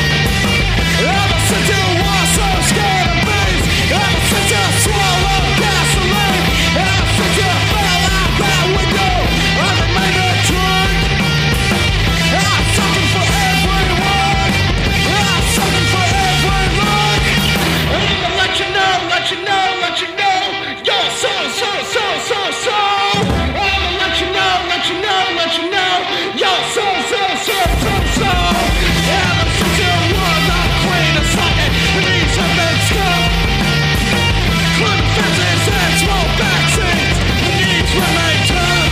Ever since you were so scared of bees, ever since you swallowed gasoline, ever since you fell out that window of the main train, I'm sucking for every word, I'm sucking for every look. And even let you know, let you know, let you know, you're so, so, so, so, so. I'ma let you know, let you know, let you know, you're so, so, so, so, so. Ever since you were the queen of slutty, and these have been scum. Club fences and small backseats, and these remain tough.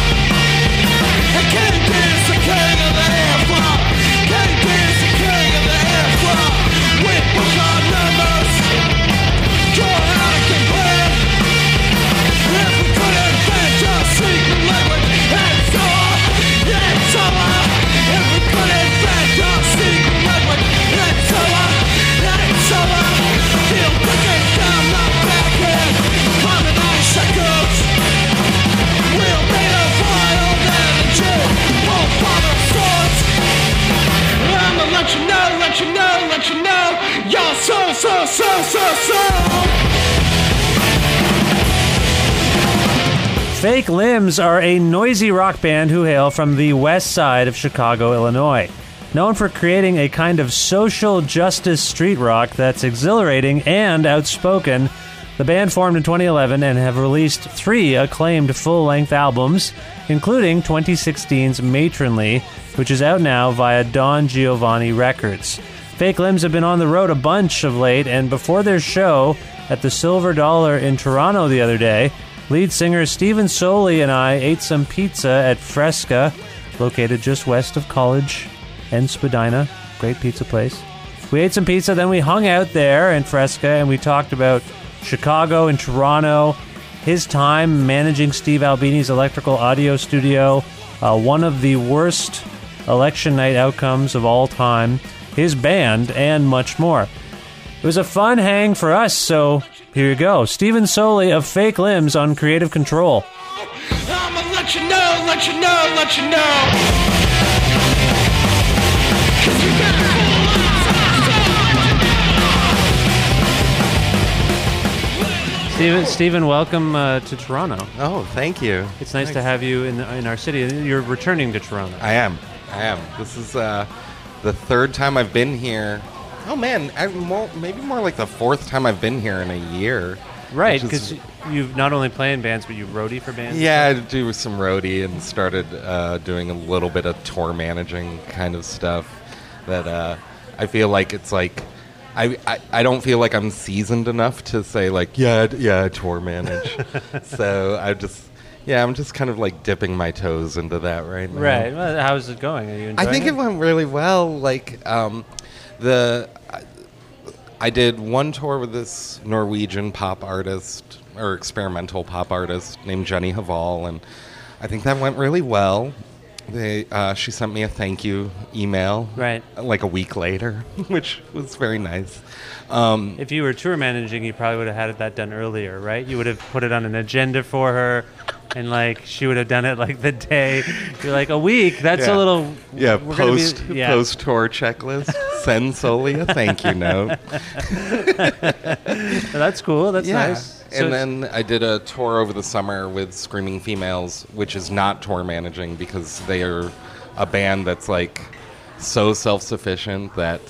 And King is the king of the air flop. King is the king of the air flop. We push our numbers. You're out of control. If we could invent your secret language, it's over. It's over. If we could invent your secret language, it's over. It's over. Feel breaking down my back end. Climbing on shackles. We'll be the wild energy. Won't bother thoughts. I'ma let you know, let you know, let you know. You're so, so, so, so, so. Fake Limbs are a noisy rock band who hail from the west side of Chicago, Illinois. Known for creating a kind of social justice street rock that's exhilarating and outspoken, the band formed in 2011 and have released three acclaimed full length albums, including 2016's Matronly, which is out now via Don Giovanni Records. Fake Limbs have been on the road a bunch of late, and before their show at the Silver Dollar in Toronto the other day, lead singer Steven Soli and I ate some pizza at Fresca, located just west of College and Spadina. Great pizza place. We ate some pizza, then we hung out there in Fresca and we talked about Chicago and Toronto, his time managing Steve Albini's electrical audio studio, uh, one of the worst election night outcomes of all time, his band, and much more. It was a fun hang for us, so here you go. Steven Soli of Fake Limbs on Creative Control. I'ma let you know, let you know, let you know. 'Cause you got a full Steven, Steven welcome uh, to Toronto. Oh, thank you. It's nice to have you in, in our city. You're returning to Toronto. I am. I am. This is uh, the third time I've been here. Oh man, I more maybe more like the fourth time I've been here in a year. Right, which is- because you've not only play in bands, but you roadie for bands. yeah, I do some roadie and started uh, doing a little bit of tour managing kind of stuff. That uh, I feel like it's like I, I, I don't feel like I'm seasoned enough to say like yeah d- yeah I tour manage, so I just yeah I'm just kind of like dipping my toes into that right now. Right. Well, how's it going? Are you I enjoying think it? it went really well. Like um, the, I, I did one tour with this Norwegian pop artist or experimental pop artist named Jenny Haval, and I think that went really well. They, uh, she sent me a thank you email, Right. Like a week later, which was very nice. Um, If you were tour managing, you probably would have had that done earlier, right? You would have put it on an agenda for her, and like she would have done it like the day. You're like a week. That's a Yeah. little yeah, we're gonna be- post yeah. post tour checklist. Send solely a thank you note. Well, Oh, that's cool. That's Yeah. nice. So and it's- then I did a tour over the summer with Screaming Females, which is not tour managing because they are a band that's like so self sufficient that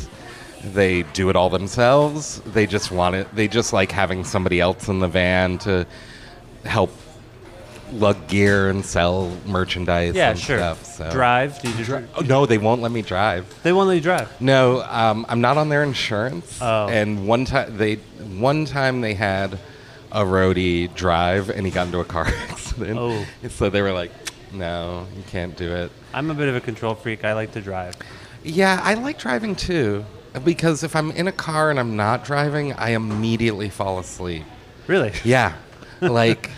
they do it all themselves. They just want it, they just like having somebody else in the van to help lug gear and sell merchandise yeah, and sure. stuff. So. Drive. Do you dri- Oh, no, they won't let me drive. They won't let you drive. No, um, I'm not on their insurance. Oh. And one time they one time they had a roadie drive and he got into a car accident. Oh. And So they were like, "No, you can't do it." I'm a bit of a control freak. I like to drive. Yeah, I like driving too because if I'm in a car and I'm not driving, I immediately fall asleep. Really? Yeah. Like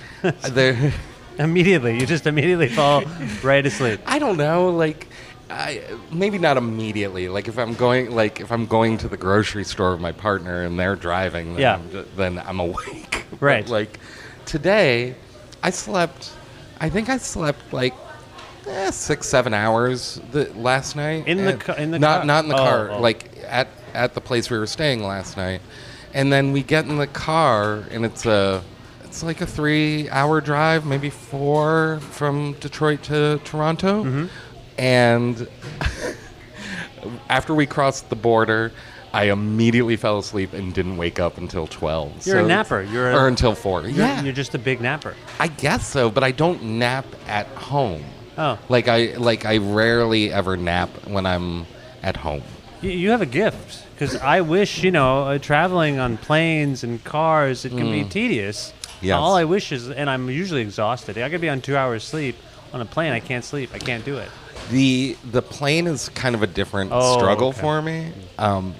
there Immediately, you just immediately fall right asleep. I don't know, like I, maybe not immediately. Like if I'm going, like if I'm going to the grocery store with my partner and they're driving, then Yeah. I'm, ju- then I'm awake. But, Right. like today, I slept. I think I slept like eh, six, seven hours the, last night. In the and- ca- in the not car? not in the Oh, car. oh. Like at at the place we were staying last night, and then we get in the car and it's a. It's like a three-hour drive, maybe four, from Detroit to Toronto, Mm-hmm. and after we crossed the border, I immediately fell asleep and didn't wake up until 12. You're a So- napper. You're a- or until 4. You're, yeah. you're just a big napper. I guess so, but I don't nap at home. Oh. Like I like I rarely ever nap when I'm at home. You, you have a gift because I wish you know uh, traveling on planes and cars it can be tedious. Mm. Yes. All I wish is, and I'm usually exhausted. I could be on two hours sleep on a plane. I can't sleep. I can't do it. The the plane is kind of a different Oh, struggle okay. for me. Um,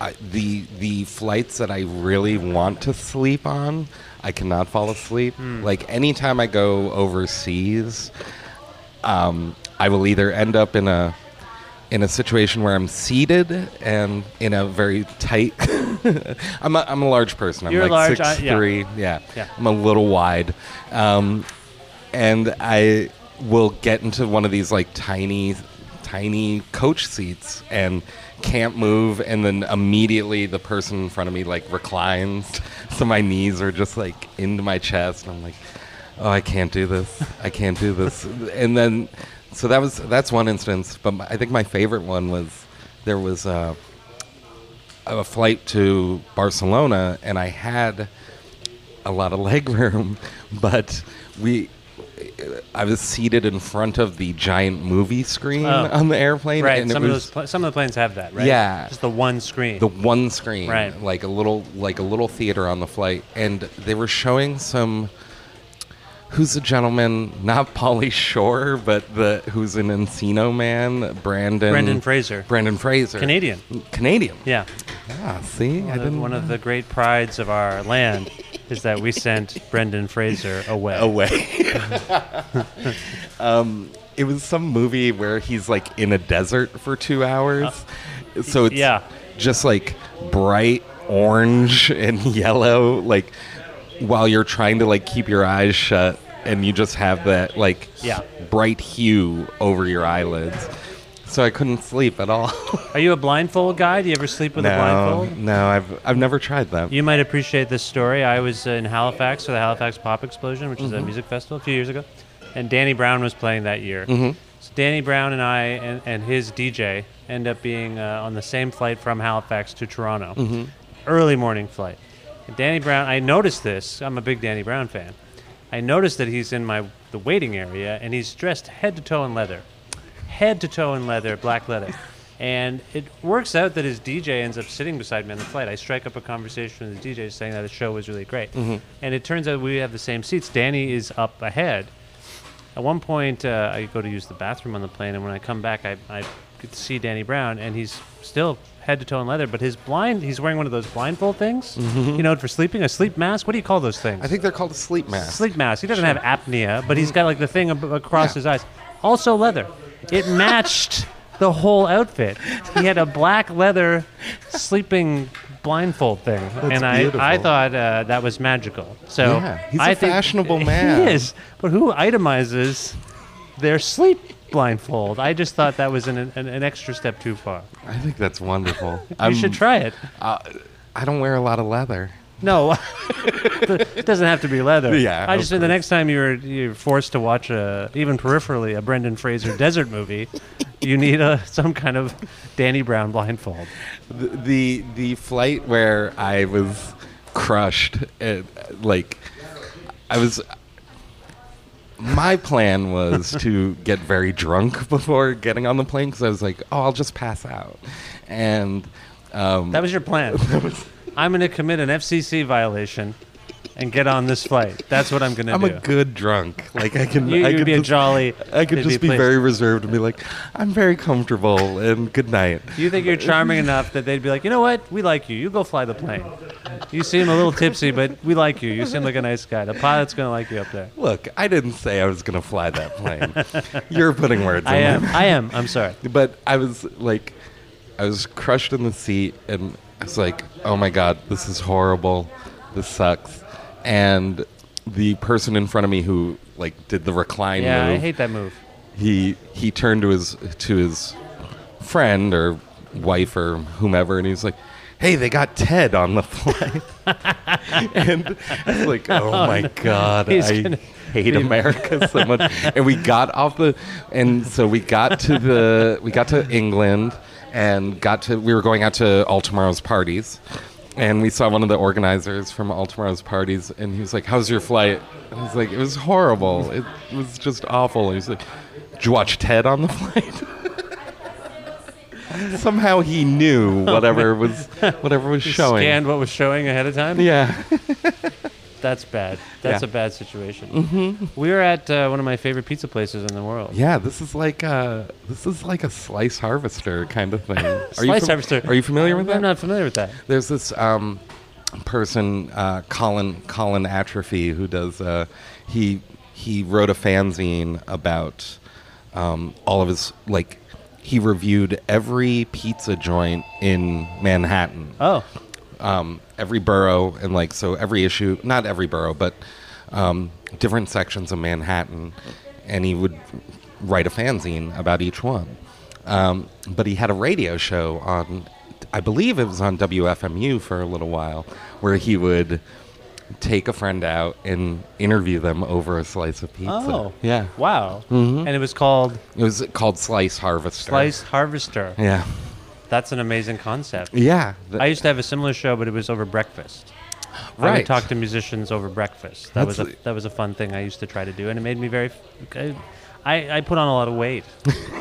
I, the the flights that I really want to sleep on, I cannot fall asleep. Hmm. Like anytime I go overseas, um, I will either end up in a in a situation where I'm seated and in a very tight. I'm a, I'm a large person. I'm You're like large, I- six yeah. three. Yeah. Yeah. I'm a little wide. Um, and I will get into one of these like tiny, tiny coach seats and can't move. And then immediately the person in front of me like reclines. So my knees are just like into my chest. And I'm like, oh, I can't do this. I can't do this. and then, so that was, that's one instance. But my, I think my favorite one was there was, uh, a flight to Barcelona, and I had a lot of leg room, but we. I was seated in front of the giant movie screen Oh. on the airplane, Right. and Some it of was those pla- some of the planes have that. Right. Yeah. Just the one screen. the one screen, Right. like a little like a little theater on the flight, and they were showing some. Who's a gentleman? Not Polly Shore, but the who's an Encino man, Brandon. Brendan Fraser. Brandon Fraser. Canadian. Canadian. yeah. Ah, see, I One of- didn't. one of the great prides of our land is that we sent Brendan Fraser away. away. um, it was some movie where he's like in a desert for two hours. so Uh, it's yeah. just like bright orange and yellow, like while you're trying to like keep your eyes shut and you just have that like Yeah. bright hue over your eyelids. So I couldn't sleep at all. Are you a blindfold guy? Do you ever sleep with a no, blindfold? no, I've I've never tried that. You might appreciate this story. I was uh, in Halifax for the Halifax Pop Explosion, which is a music festival a few years ago, and Danny Brown was playing that year. So Danny Brown and I and, and his DJ end up being uh, on the same flight from Halifax to Toronto, early morning flight. And Danny Brown, I noticed this. I'm a big Danny Brown fan. I noticed that he's in my the waiting area and he's dressed head to toe in leather, head to toe in leather, black leather. And it works out that his DJ ends up sitting beside me on the flight. I strike up a conversation with the DJ saying that the show was really great. Mm-hmm. And it turns out we have the same seats. Danny is up ahead. At one point, uh, I go to use the bathroom on the plane, and when I come back, I, I get to see Danny Brown, and he's still head to toe in leather, but his blind, he's wearing one of those blindfold things, you know, for sleeping, a sleep mask. What do you call those things? Mm-hmm. I think they're called a sleep mask. Mm-hmm. sleep mask. He doesn't have apnea, but he's got like the thing ab- across his eyes. Also leather. It matched the whole outfit. He had a black leather sleeping blindfold thing, and I, beautiful. I thought uh, that was magical. So Yeah, he's a I think fashionable man. He is, but who itemizes their sleep blindfold? I just thought that was an, an, an extra step too far. I think that's wonderful. You should try it. I don't wear a lot of leather. No, it doesn't have to be leather. Yeah, I of just think the next time you're you're forced to watch a even peripherally a Brendan Fraser desert movie, you need a some kind of Danny Brown blindfold. The the, the flight where I was crushed, it, like I was. My plan was to get very drunk before getting on the plane because I was like, "Oh, I'll just pass out," and um, That was your plan. I'm going to commit an FCC violation and get on this flight. That's what I'm going to I'm do. a good drunk. Like I can, You- I you'd could be a just, jolly- I could you'd just be be, pleased. very reserved and be like, "I'm very comfortable," and good night. you think you're charming enough that they'd be like, you know what? We like you. You go fly the plane. You seem a little tipsy, but we like you. You seem like a nice guy. The pilot's going to like you up there. Look, I didn't say I was going to fly that plane. You're putting words I in am. my I am. I'm sorry. but I was like, I was crushed in the seat, and I was like, oh my god, this is horrible, this sucks, and the person in front of me who like did the recline Yeah, I move, hate that move. he he turned to his to his friend or wife or whomever, and he was like. Hey, they got Ted on the flight, and I was like, "Oh, my god, He's I gonna- hate America so much." And we got off the, and so we got to the, we got to England, and got to, we were going out to All Tomorrow's parties, and we saw one of the organizers from All Tomorrow's parties, and he was like, "How's your flight?" And I was like, "It was horrible. It was just awful." And he's like, "Did you watch Ted on the flight?" Somehow he knew whatever was whatever was showing. Oh, Scanned what was showing ahead of time. Yeah. That's bad. That's Yeah. a bad situation. Mm-hmm. We were at uh, one of my favorite pizza places in the world. Yeah, this is like a this is like a slice harvester kind of thing. Are Slice harvester. Are you familiar with that? I'm not familiar with that. There's this um, person, uh, Colin Colin Atrophy, who does uh, he he wrote a fanzine about um, all of his like he reviewed every pizza joint in Manhattan Oh, um, every borough and like so every issue not every borough but um, different sections of manhattan and he would write a fanzine about each one um, but he had a radio show on i believe it was on wfmu for a little while where he would take a friend out and interview them over a slice of pizza oh, yeah Mm-hmm. wow. And it was called it was called slice harvester Slice Harvester. yeah That's an amazing concept. yeah Th- I used to have a similar show, but it was over breakfast. I would Right. talk to musicians over breakfast. That was a, That's- that was a fun thing I used to try to do, and it made me very. I, I, I put on a lot of weight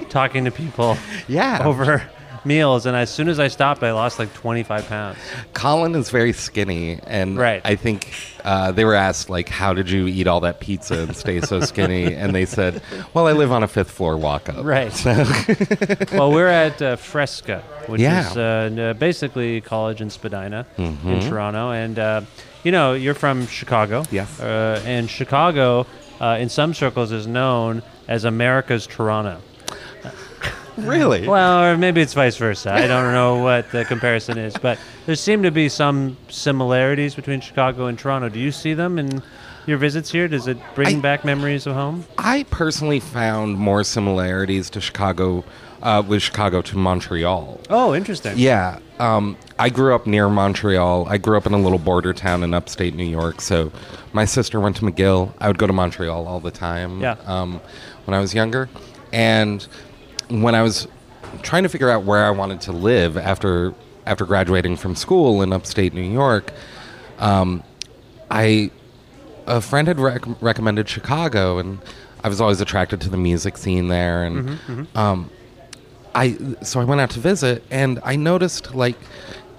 talking to people Yeah. over meals, and as soon as I stopped, I lost like 25 pounds. Colin is very skinny, and Right. I think uh, they were asked like, "How did you eat all that pizza and stay so skinny?" and they said, "Well, I live on a fifth floor walk up." Right. well, we're at uh, Fresca, which Yeah. is uh, n- uh, basically college in Spadina, in Toronto, and uh, you know you're from Chicago. Yes. Uh, and Chicago, uh, in some circles, is known as America's Toronto. Really? Well, or maybe it's vice versa. I don't know what the comparison is, but there seem to be some similarities between Chicago and Toronto. Do you see them in your visits here? Does it bring I- back memories of home? I personally found more similarities to Chicago uh, with Chicago to Montreal. Oh, interesting. Yeah. Um, I grew up near Montreal. I grew up in a little border town in upstate New York. So my sister went to McGill. I would go to Montreal all the time Yeah. um, when I was younger. And when I was trying to figure out where I wanted to live after, after graduating from school in upstate New York, um, I a friend had rec- recommended Mm-hmm, Chicago, and I was always attracted to the music scene there. And um, I so I went out to visit and I noticed like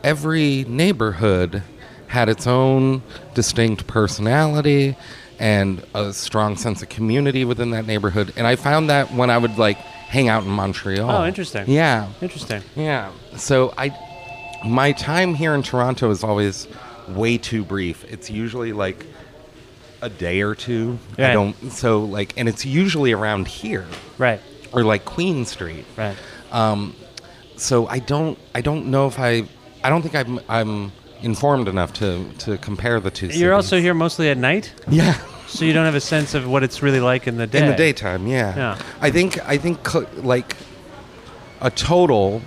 every neighborhood had its own distinct personality and a strong sense of community within that neighborhood and I found that when I would like hang out in Montreal. Oh, interesting. Yeah. Interesting. Yeah. So I, my time here in Toronto is always way too brief. It's usually like a day or two. Right. I don't. So like, and it's usually around here Right. or like Queen Street. Right. Um, so I don't. I don't know if I. I don't think I'm. I'm informed enough to to compare the two. You're also cities. here mostly at night, Yeah. so you don't have a sense of what it's really like in the day. In the daytime, yeah. Yeah. I think I think cl- like a total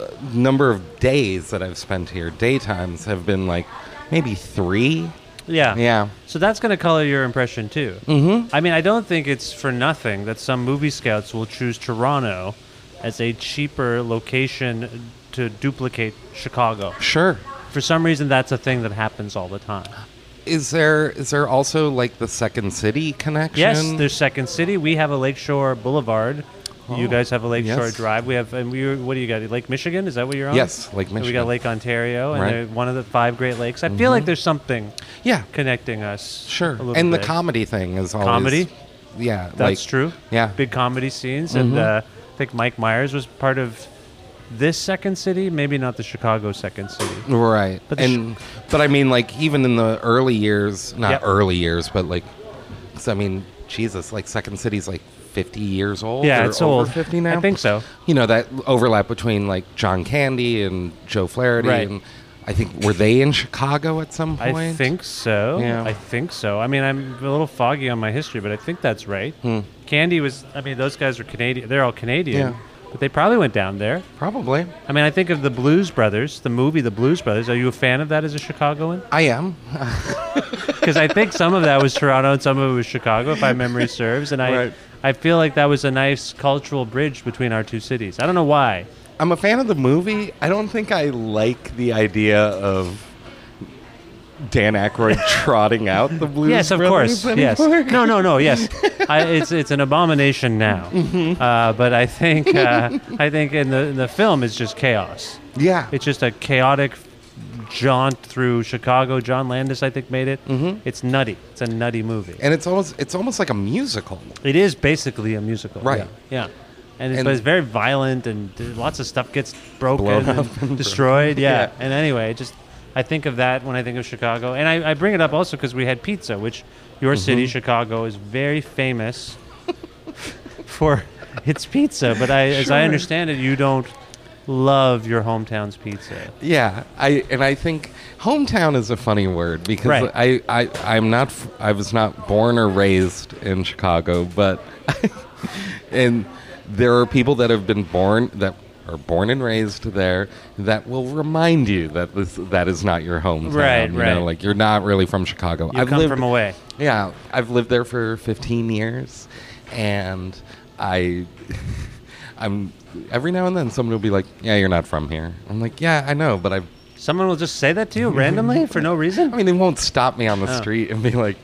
uh, number of days that I've spent here, daytimes have been like maybe three. Yeah. Yeah. So that's going to color your impression too. Mm-hmm. I mean, I don't think it's for nothing that some movie scouts will choose Toronto as a cheaper location to duplicate Chicago. Sure. For some reason, that's a thing that happens all the time. Is there is there also like the second city connection? Yes, there's Second City. We have a Lakeshore Boulevard. you guys have a Lakeshore Oh, yes. Drive. We have, and we what do you got? Lake Michigan? Is that what you're on? Yes, Lake And We got Michigan. Lake Ontario, and Right. they're one of the five Great Lakes. I feel like there's something Yeah. connecting us. a Sure. little And the bit. comedy thing is always Comedy? Yeah. That's like- true. Yeah. Mm-hmm. Big comedy scenes. And uh, I think Mike Myers was part of this second city, maybe not the Chicago second city. Right. But the sh- and but I mean like even in the early years, not Yep. early years, but like 'cause, I mean Jesus, like Second City's like 50 years old. Yeah, or it's over old. 50 now. I think so. You know that overlap between like John Candy and Joe Flaherty Right. and I think were they in Chicago at some point? I think so. Yeah. I think so. I mean, I'm a little foggy on my history, but I think that's right. Candy was, I mean, those guys are Canadian. They're all Canadian. Hmm. Yeah. But they probably went down there. probably. I mean, I think of the Blues Brothers, the movie The Blues Brothers. Are you a fan of that as a Chicagoan? I am. because I think some of that was Toronto and some of it was Chicago, if my memory serves. And I, Right. I feel like that was a nice cultural bridge between our two cities. I don't know why. I'm a fan of the movie. I don't think I like the idea of Dan Aykroyd trotting out the Blues yes, of Brothers course. Yes. anymore. No, no, no. Yes, I, it's it's an abomination now. Mm-hmm. Uh, but I think uh, I think in the in the film it's just chaos. Yeah. It's just a chaotic jaunt through Chicago. John Landis, I think, made it. Mm-hmm. It's nutty. It's a nutty movie. and it's almost it's almost like a musical. It is basically a musical, Right. Yeah, yeah. and, it's, And- but it's very violent, and d- lots of stuff gets broken, Blown and up and destroyed. Yeah. Yeah. and anyway, it just I think of that when I think of Chicago, and I, I bring it up also because we had pizza, which your Mm-hmm. city, Chicago, is very famous for its pizza. But I, as I understand it, you don't love your hometown's pizza. Yeah, I and I think hometown is a funny word because Right. I, I I'm not f- I was not born or raised in Chicago, but and there are people that have been born that are born and raised there that will remind you that this that is not your hometown. Right, you right. Know, like you're not really from Chicago. You come from away. Yeah, I've lived there for 15 years, and I, I'm every now and then someone will be like, "Yeah, you're not from here." I'm like, "Yeah, I know," but I, Someone will just say that to you randomly for no reason. I mean, they won't stop me on Oh. the street and be like,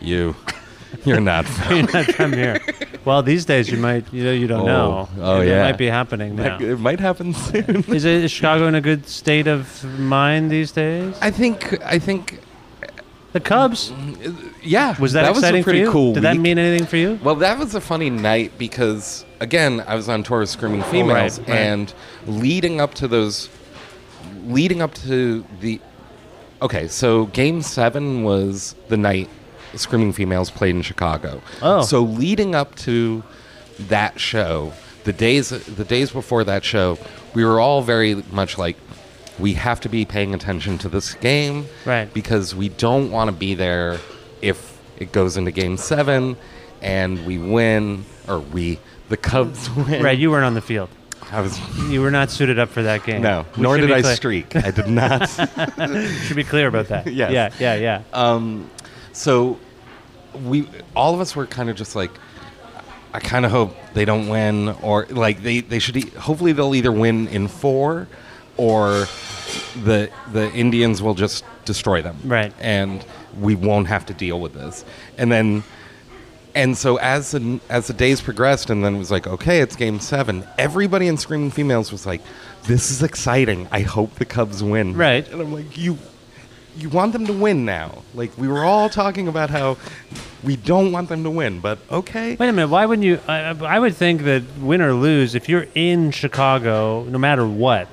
"You, you're not from." You're not from here. Well, these days you might you know you don't Oh, know. oh, It yeah. might be happening now. It might happen soon. Is, it, is Chicago in a good state of mind these days? I think. I think. The Cubs Yeah, was that, was exciting a pretty for you? cool. Did that week. mean anything for you? Well, that was a funny night because again, I was on tour with Screaming Females, Oh, right. and leading up to those, leading up to the, okay, so Game Seven was the night Screaming Females played in Chicago. Oh. so leading up to that show, the days the days before that show, we were all very much like. We have to be paying attention to this game, Right. Because we don't want to be there if it goes into Game Seven and we win, or we the Cubs win. Right, you weren't on the field. I was You were not suited up for that game. no, We nor should be did I clear- streak. I did not. Should be clear about that. Yes. Yeah, yeah, yeah. so we all of us were kind of just like, I kind of hope they don't win, or like they they should. E- hopefully, they'll either win in four, or the the Indians will just destroy them. Right. and we won't have to deal with this. And then And so as the, as the days progressed, and then it was like, okay, it's game seven. Everybody in Screaming Females was like, this is exciting. I hope the Cubs win. Right. And I'm like, you, you want them to win now. Like we were all talking about how we don't want them to win, but okay. Wait a minute. Why wouldn't you? I, I would think that win or lose, if you're in Chicago, no matter what,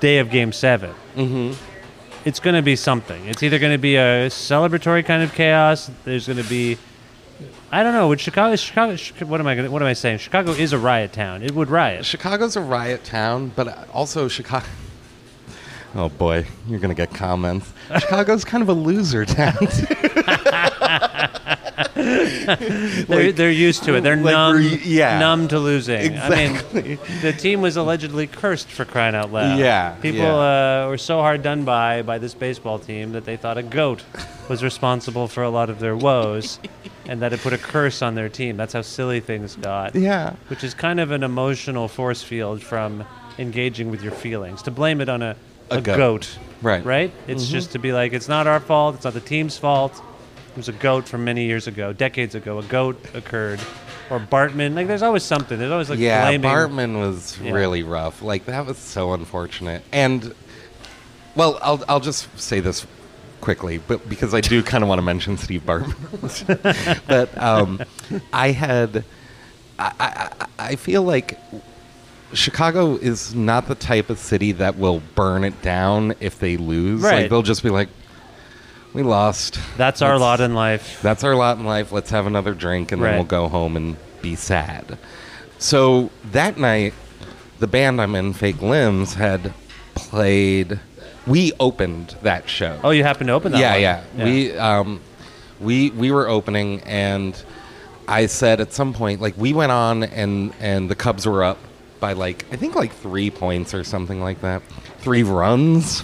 day of Game 7 mm-hmm. it's going to be something. It's either going to be a celebratory kind of chaos. There's going to be, I don't know. Would Chicago? Is Chicago? Chi- What am I? Gonna, what am I saying? Chicago is a riot town. It would riot. Chicago's a riot town, but also Chicago. Oh boy, you're gonna get comments. Chicago's kind of a loser town. They're, they're used to it. They're like numb. we're- yeah. numb to losing. I Exactly. mean, the team was allegedly cursed for crying out loud. Yeah, people Uh, were so hard done by by this baseball team that they thought a goat was responsible for a lot of their woes, and that it put a curse on their team. That's how silly things got. yeah. which is kind of an emotional force field from engaging with your feelings. To blame it on a, A a, goat. goat. Right. Right? It's just to be like, it's not our fault, it's not the team's fault. It was a goat from many years ago, decades ago. A goat occurred. Or Bartman. Like, there's always something. There's always like yeah, blaming. Bartman was Yeah. really rough. Like that was so unfortunate. And well, I'll I'll just say this quickly, but because I do kind of want to mention Steve Bartman. but um, I had I, I I- I feel like Chicago is not the type of city that will burn it down if they lose. Like Right. they'll just be like, we lost. That's our Let's- lot in life. that's our lot in life. Let's have another drink and then Right. we'll go home and be sad. So that night, the band I'm in, Fake Limbs, had played. We opened that show. Oh, you happen to open that yeah, one. yeah, We um, we we were opening, and I said at some point, like we went on, and and the Cubs were up by like I think like three points or something like that, three runs.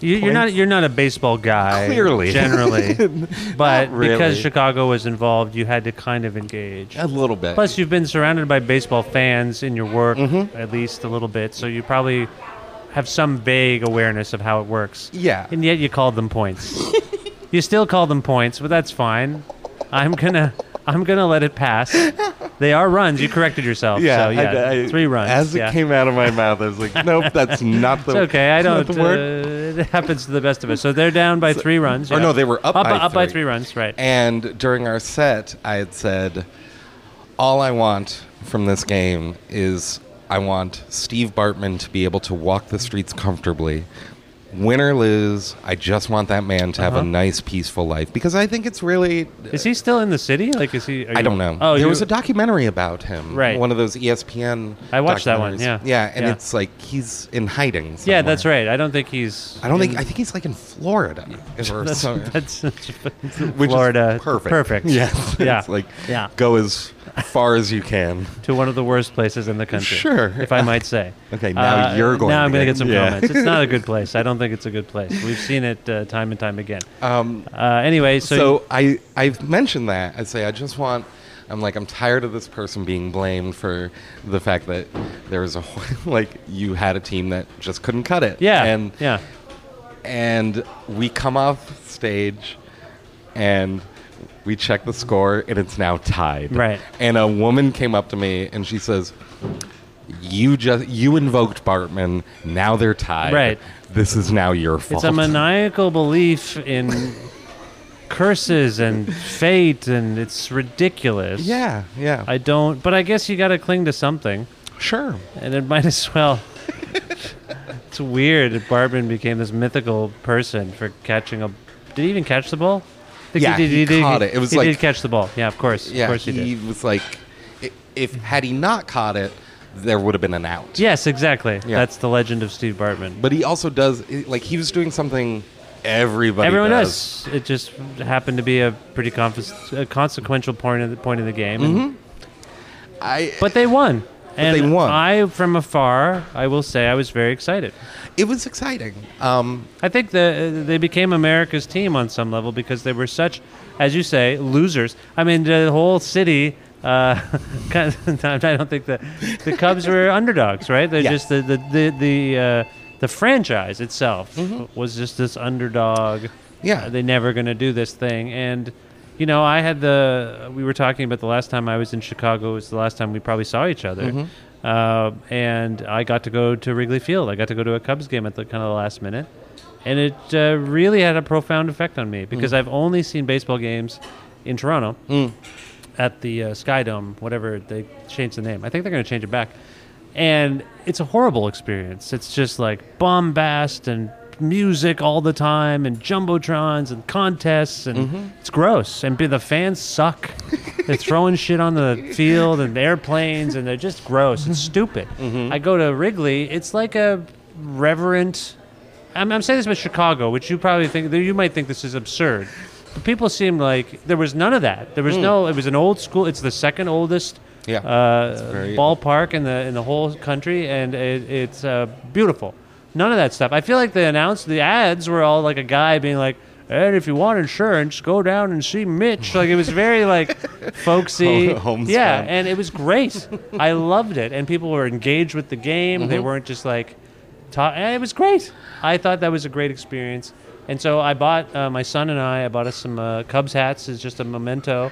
You, you're not you're not a baseball guy, Clearly. Generally, but Not really. because Chicago was involved, you had to kind of engage A little bit. Plus, you've been surrounded by baseball fans in your work, Mm-hmm. at least a little bit, so you probably have some vague awareness of how it works. Yeah. And yet you called them points. you still call them points, but that's fine. I'm gonna. I'm gonna let it pass. They are runs. You corrected yourself. so, I- yeah, I- three runs. As it yeah. came out of my mouth, I was like, "Nope, that's not the." it's okay. I don't. that's not the word. Uh, it happens to the best of us. So they're down by three runs. Or uh, yeah. no, they were up, up by up by three. three runs. Right. And during our set, I had said, "All I want from this game is I want Steve Bartman to be able to walk the streets comfortably." Win or lose, I just want that man to have Uh-huh. a nice, peaceful life because I think it's really is he still in the city? Like, is he? Are I you- don't know. Oh, there you- was a documentary about him. Right. One of those E ESPN. I watched that one, documentaries. yeah. Yeah, and Yeah. it's like he's in hiding. Yeah, somewhere. that's right. I don't think he's. I don't think in- I think he's like in Florida or That's, somewhere, that's, that's which is Florida. perfect. Perfect. Yeah. Yeah. It's like Yeah. go as far as you can. To one of the worst places in the country. Sure. If I might say. Okay, now Uh, you're going Now to I'm going to get- get some yeah. comments. It's not a good place. I don't think it's a good place. We've seen it uh, time and time again. Um, uh, anyway, so. So, I I've mentioned that. I say I just want I'm like I'm tired of this person being blamed for the fact that there was a wh- like you had a team that just couldn't cut it. yeah. And yeah. and we come off stage and we check the score and it's now tied Right. and a woman came up to me and she says you just you invoked bartman now they're tied Right. this is now your fault It's a maniacal belief in curses and fate, and it's ridiculous. yeah yeah I don't. But I guess you got to cling to something. sure and it might as well. it's weird that Bartman became this mythical person for catching a. Did he even catch the ball? I think Yeah, he caught it. It was he like- did catch the ball. Yeah, of course. yeah of course he, he did. was like i- if had he not caught it there would have been an out Yes, exactly. Yeah. That's the legend of Steve Bartman. but he also does like he was doing something everybody Everyone does. does. It just happened to be a pretty conf- a consequential point of the point of the game. and- i but they won. And Mm-hmm. they won. I, from afar, I will say I was very excited. it was exciting um I think the, they became America's team on some level because they were such, as you say, losers. I mean, the whole city. Uh, kind of- I don't think the the Cubs were underdogs, right? They're Yes. just the the the the, uh, the franchise itself was just this underdog. Mm-hmm. Yeah. they're never going to do this thing, and you know, I had the we were talking about the last time I was in Chicago was the last time we probably saw each other. Uh, and I got to go to Wrigley Field. I got to go to a Cubs game at the kind of the last minute, and it uh, really had a profound effect on me because I've only seen baseball games in Toronto at the uh, Sky Dome, whatever they changed the name. I think they're going to change it back. And it's a horrible experience. It's just like bombast and music all the time and jumbotrons and contests and it's gross and b- the fans suck they're throwing shit on the field and airplanes and they're just gross it's stupid i go to wrigley it's like a reverent I'm, I'm saying this about Chicago, which you probably think that you might think this is absurd. But people seem like there was none of that. There was Hmm. no. It was an old school. It's the second oldest Yeah. uh, very- ballpark in the in the whole country, and it, it's uh, beautiful. None of that stuff. I feel like the announce the ads were all like a guy being like. And if you want insurance, go down and see Mitch. Like it was very like folksy, Homespun. yeah, and it was great. I loved it, and people were engaged with the game. They weren't just like Ta- and it was great. I thought that was a great experience, and so I bought uh, my son and I. I bought us some uh, Cubs hats as just a memento.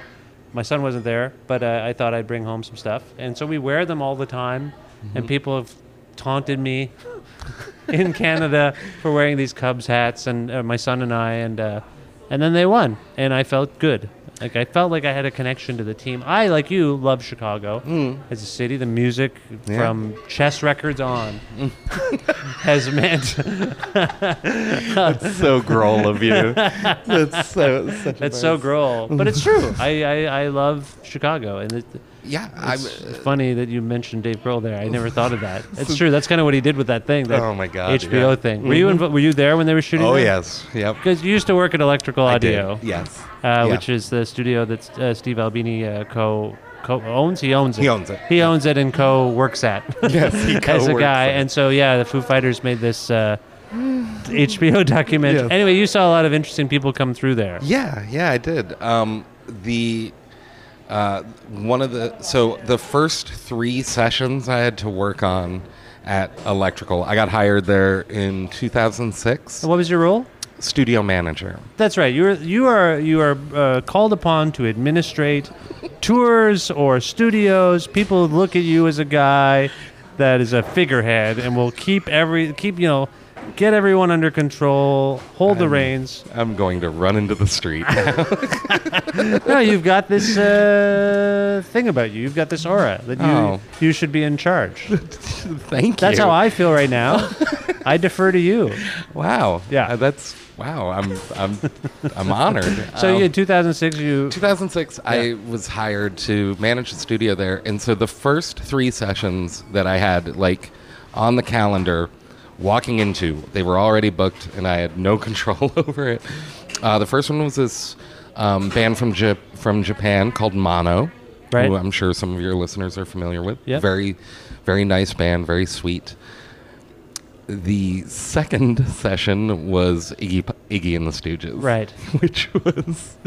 My son wasn't there, but uh, I thought I'd bring home some stuff, and so we wear them all the time. And people have taunted me in Canada for wearing these Cubs hats, and uh, my son and I, and uh, and then they won, and I felt good. Like I felt like I had a connection to the team. I, like you, love Chicago Mm. as a city. The music from chess records on has meant That's so growl of you. That's so. Such that's so growl, but it's true. I, I, I love Chicago, and it, Yeah, I'm. it's funny that you mentioned Dave Grohl there. I never thought of that. It's true. That's kind of what he did with that thing. That Oh my God, HBO yeah. Mm-hmm. thing. Were you invo- were you there when they were shooting? Oh that? yes. Yep. Because you used to work at Electrical I did. Audio, Yes. uh, Yeah. which is the studio that uh, Steve Albini uh, co co owns. He owns it. He owns it. He owns it and co works at. Yes, he as a co-works guy. it. And so yeah, the Foo Fighters made this uh, HBO documentary. Yes. Anyway, you saw a lot of interesting people come through there. Yeah, yeah, I did. Um, the uh, one of the so the first three sessions I had to work on at Electrical. I got hired there in 2006. What was your role? Studio manager. That's right. You're you are you are uh, called upon to administrate tours or studios. People look at you as a guy that is a figurehead and will keep every keep you know get everyone under control, hold the reins. I'm going to run into the street. No, you've got this uh, thing about you. You've got this aura that you Oh. you should be in charge. Thank you. That's how I feel right now. I defer to you. Wow. Yeah. Uh, that's wow. I'm I'm I'm honored. So Um, in 2006, you 2006, I was hired to manage the studio there. And so the first three sessions that I had, like, on the calendar, walking into, they were already booked and I had no control over it. Uh, the first one was this um, band from, Jap from Japan called Mono, Right. who I'm sure some of your listeners are familiar with. Yep. Very, very nice band, very sweet. The second session was Iggy, Iggy and the Stooges. Right. Which was.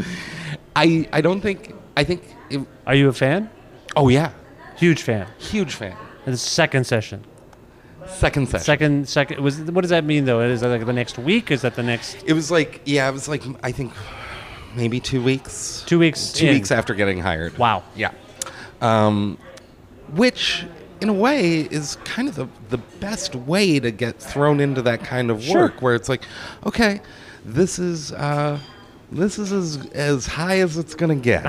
I I don't think I think it, are you a fan? oh yeah, Huge fan. huge fan. And the second session. Second session. Second, second. Was what does that mean though? Is that like the next week? Is that the next It was like yeah, it was like I think maybe two weeks. two weeks? Two in? weeks after getting hired. Wow. Yeah. Um, which in a way is kind of the the best way to get thrown into that kind of Sure. work where it's like, okay, this is uh, this is as as high as it's gonna get.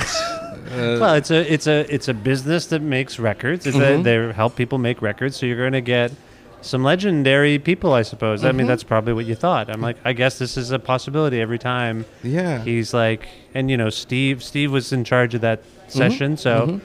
Well, it's a it's a it's a business that makes records. It's Mm-hmm. a, they help people make records, so you're going to get some legendary people, I suppose. I Mm-hmm. mean, that's probably what you thought. I'm like, I guess this is a possibility every time. Yeah. He's like, and you know, Steve Steve was in charge of that Mm-hmm. session, so.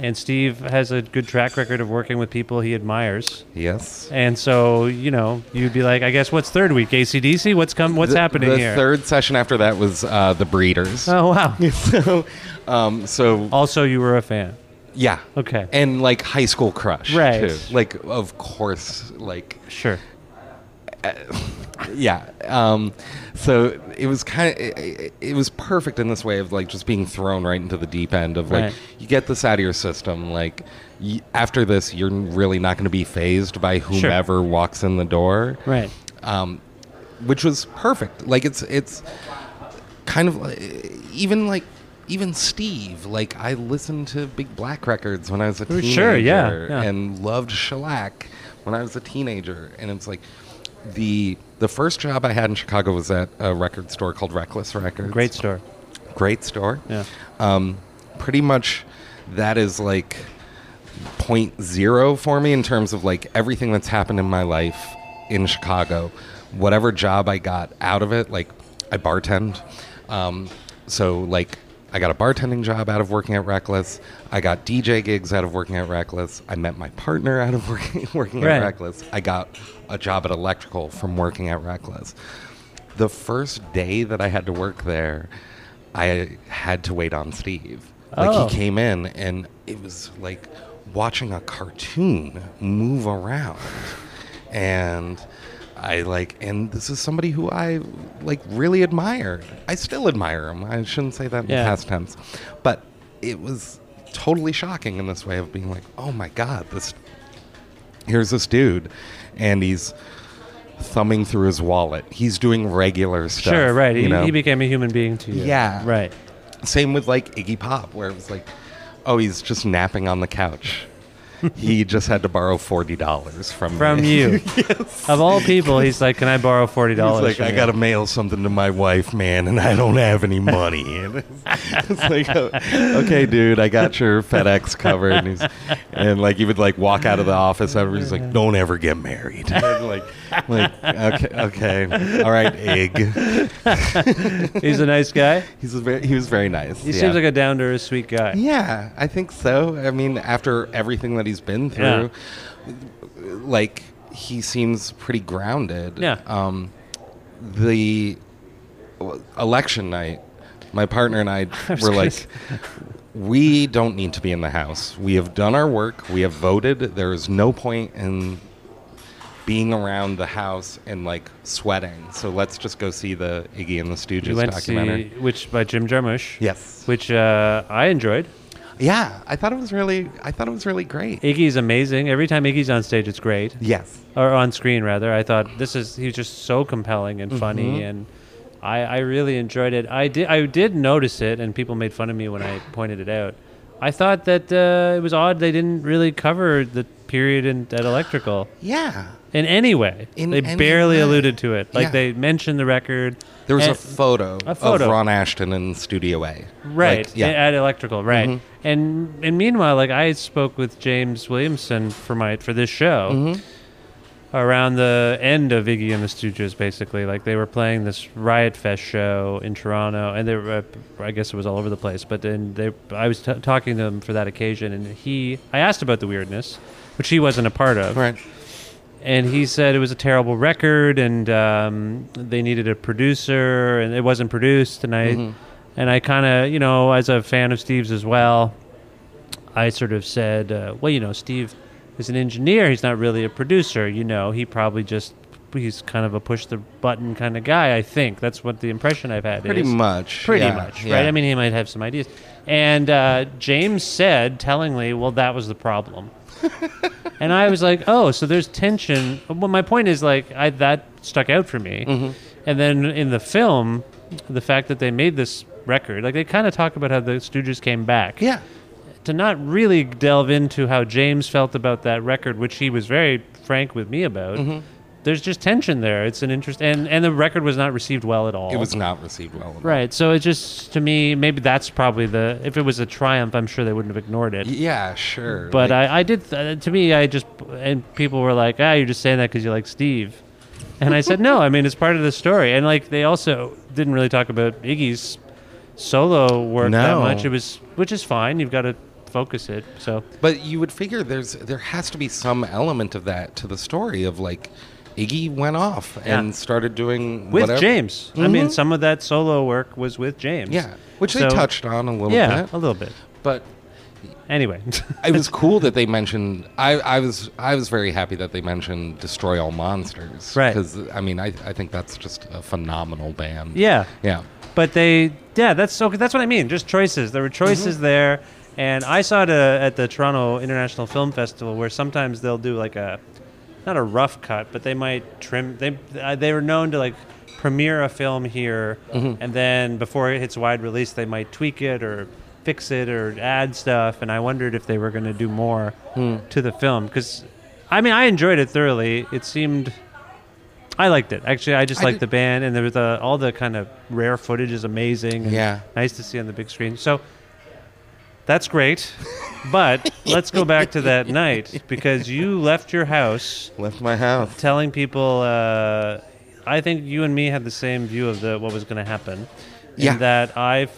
And Steve has a good track record of working with people he admires. yes. And so, you know, you'd be like, I guess what's third week? ACDC? What's come? What's the, happening the here? third session after that was uh, the breeders. Oh wow! so, um, so Also, you were a fan. yeah. Okay. And like high school crush, Right. Too. Like, of course, like Sure. yeah. Um, so it was kind of it, it was perfect in this way of like just being thrown right into the deep end of like Right. you get this out of your system. Like y- after this, you're really not going to be phased by whomever walks in the door, Right. um, which was perfect. Like it's it's kind of like, uh, even like even Steve. Like I listened to Big Black records when I was a Ooh, teenager, sure, yeah, yeah. and loved shellac when I was a teenager. And it's like the the first job I had in Chicago was at a record store called Reckless Records. Great store. great store. Yeah. Um, pretty much that is like point zero for me in terms of like everything that's happened in my life in Chicago. Whatever job I got out of it, like I bartend. Um, so like I got a bartending job out of working at Reckless. I got DJ gigs out of working at Reckless. I met my partner out of working working Right. at Reckless. I got a job at Electrical from working at Reckless the first day that I had to work there, I had to wait on Steve. Like Oh. he came in and it was like watching a cartoon move around. And I like and this is somebody who I like really admired. I still admire him. I shouldn't say that in Yeah. past tense. But it was totally shocking in this way of being like, "Oh my god, this here's this dude and he's thumbing through his wallet. He's doing regular stuff. Sure, right. you He, know? he became a human being to you. Yeah. Right. Same with like Iggy Pop, where it was like, oh, he's just napping on the couch. he just had to borrow forty dollars from From me. you. Of all people, he's like, can I borrow $40? He's like, from I you?" gotta mail something to my wife, man, and I don't have any money. And it's, it's like, oh, okay, dude, I got your FedEx covered. And, he's, and like, he would like walk out of the office. And he's like, don't ever get married. And, like, like, okay, okay, all right, egg. He's a nice guy. He's a very, he was very nice. He yeah. seems like a down to earth, sweet guy. Yeah, I think so. I mean, after everything that he's been through, like he seems pretty grounded. Yeah. Um, the w- election night, my partner and I were gonna like, say- we don't need to be in the house. We have done our work. We have voted. There is no point in being around the house and like sweating. So let's just go see the Iggy and the Stooges We went to documentary. see, which by Jim Jarmusch. Yes. Which uh, I enjoyed. Yeah, I thought it was really. I thought it was really great. Iggy's amazing. Every time Iggy's on stage, it's great. Yes. Or on screen, rather. I thought this is, he's just so compelling and funny. Mm-hmm. And I, I really enjoyed it. I did, I did notice it, and people made fun of me when I pointed it out. I thought that uh, it was odd they didn't really cover the period in, at Electrical. Yeah. in any way. In they any barely way. alluded to it. Like Yeah. they mentioned the record. There was a and- photo, a photo. of Ron Ashton in Studio A. right Like, yeah. Mm-hmm. at Electrical, right? And and meanwhile, like I spoke with James Williamson for my for this show. Mm-hmm. Around the end of Iggy and the Stooges, basically, like they were playing this Riot Fest show in Toronto, and they were, uh, I guess it was all over the place. But then they, I was t- talking to him for that occasion, and he, I asked about the weirdness, which he wasn't a part of, Right. and he said it was a terrible record and um, they needed a producer and it wasn't produced and i and i kind of you know as a fan of steve's as well i sort of said uh, well you know steve is an engineer he's not really a producer you know he probably just he's kind of a push the button kind of guy i think that's what the impression i've had Pretty is much. pretty yeah, much, yeah. right? I mean, he might have some ideas. And uh, James said tellingly, "Well, that was the problem." and I was like, "Oh, so there's tension." Well, my point is like I, that stuck out for me. Mm-hmm. And then in the film, the fact that they made this record, like they kind of talk about how the Stooges came back. Yeah. To not really delve into how James felt about that record, which he was very frank with me about. Mm-hmm. There's just tension there. It's an interest, and and the record was not received well at all. It was not received well. at all. Right. So it just to me, maybe that's probably the. If it was a triumph, I'm sure they wouldn't have ignored it. Yeah, sure. But Like, I, I did. Th- uh, to me, I just and people were like, "Ah, you're just saying that because you like Steve," and I said, "No, I mean it's part of the story." And like they also didn't really talk about Iggy's solo work that No. much. It was, which is fine. You've got to focus it. So But you would figure there's there has to be some element of that to the story of like Iggy went off Yeah. and started doing with whatever- James, I mean, Mhm. some of that solo work was with James. Yeah, which So- they touched on a little Yeah, bit. a little bit. But Anyway, it was cool that they mentioned. I, I was I was very happy that they mentioned Destroy All Monsters. Right. Because I mean I, I think that's just a phenomenal band. yeah. Yeah. But they, yeah, that's so. That's what I mean. Just choices. There were choices there, and I saw it uh, at the Toronto International Film Festival, where sometimes they'll do like a, not a rough cut, but they might trim. They uh, they were known to like premiere a film here, Mm-hmm. and then before it hits wide release, they might tweak it or fix it or add stuff. And I wondered if they were going to do more Hmm. to the film because, I mean, I enjoyed it thoroughly. It seemed. I liked it. Actually, I just I liked did- the band, and there was the, all the kind of rare footage is amazing. and Yeah. nice to see on the big screen. So that's great, but let's go back to that night because you left your house Left my house. telling people. Uh, I think you and me had the same view of the what was going to happen. in Yeah. that I f-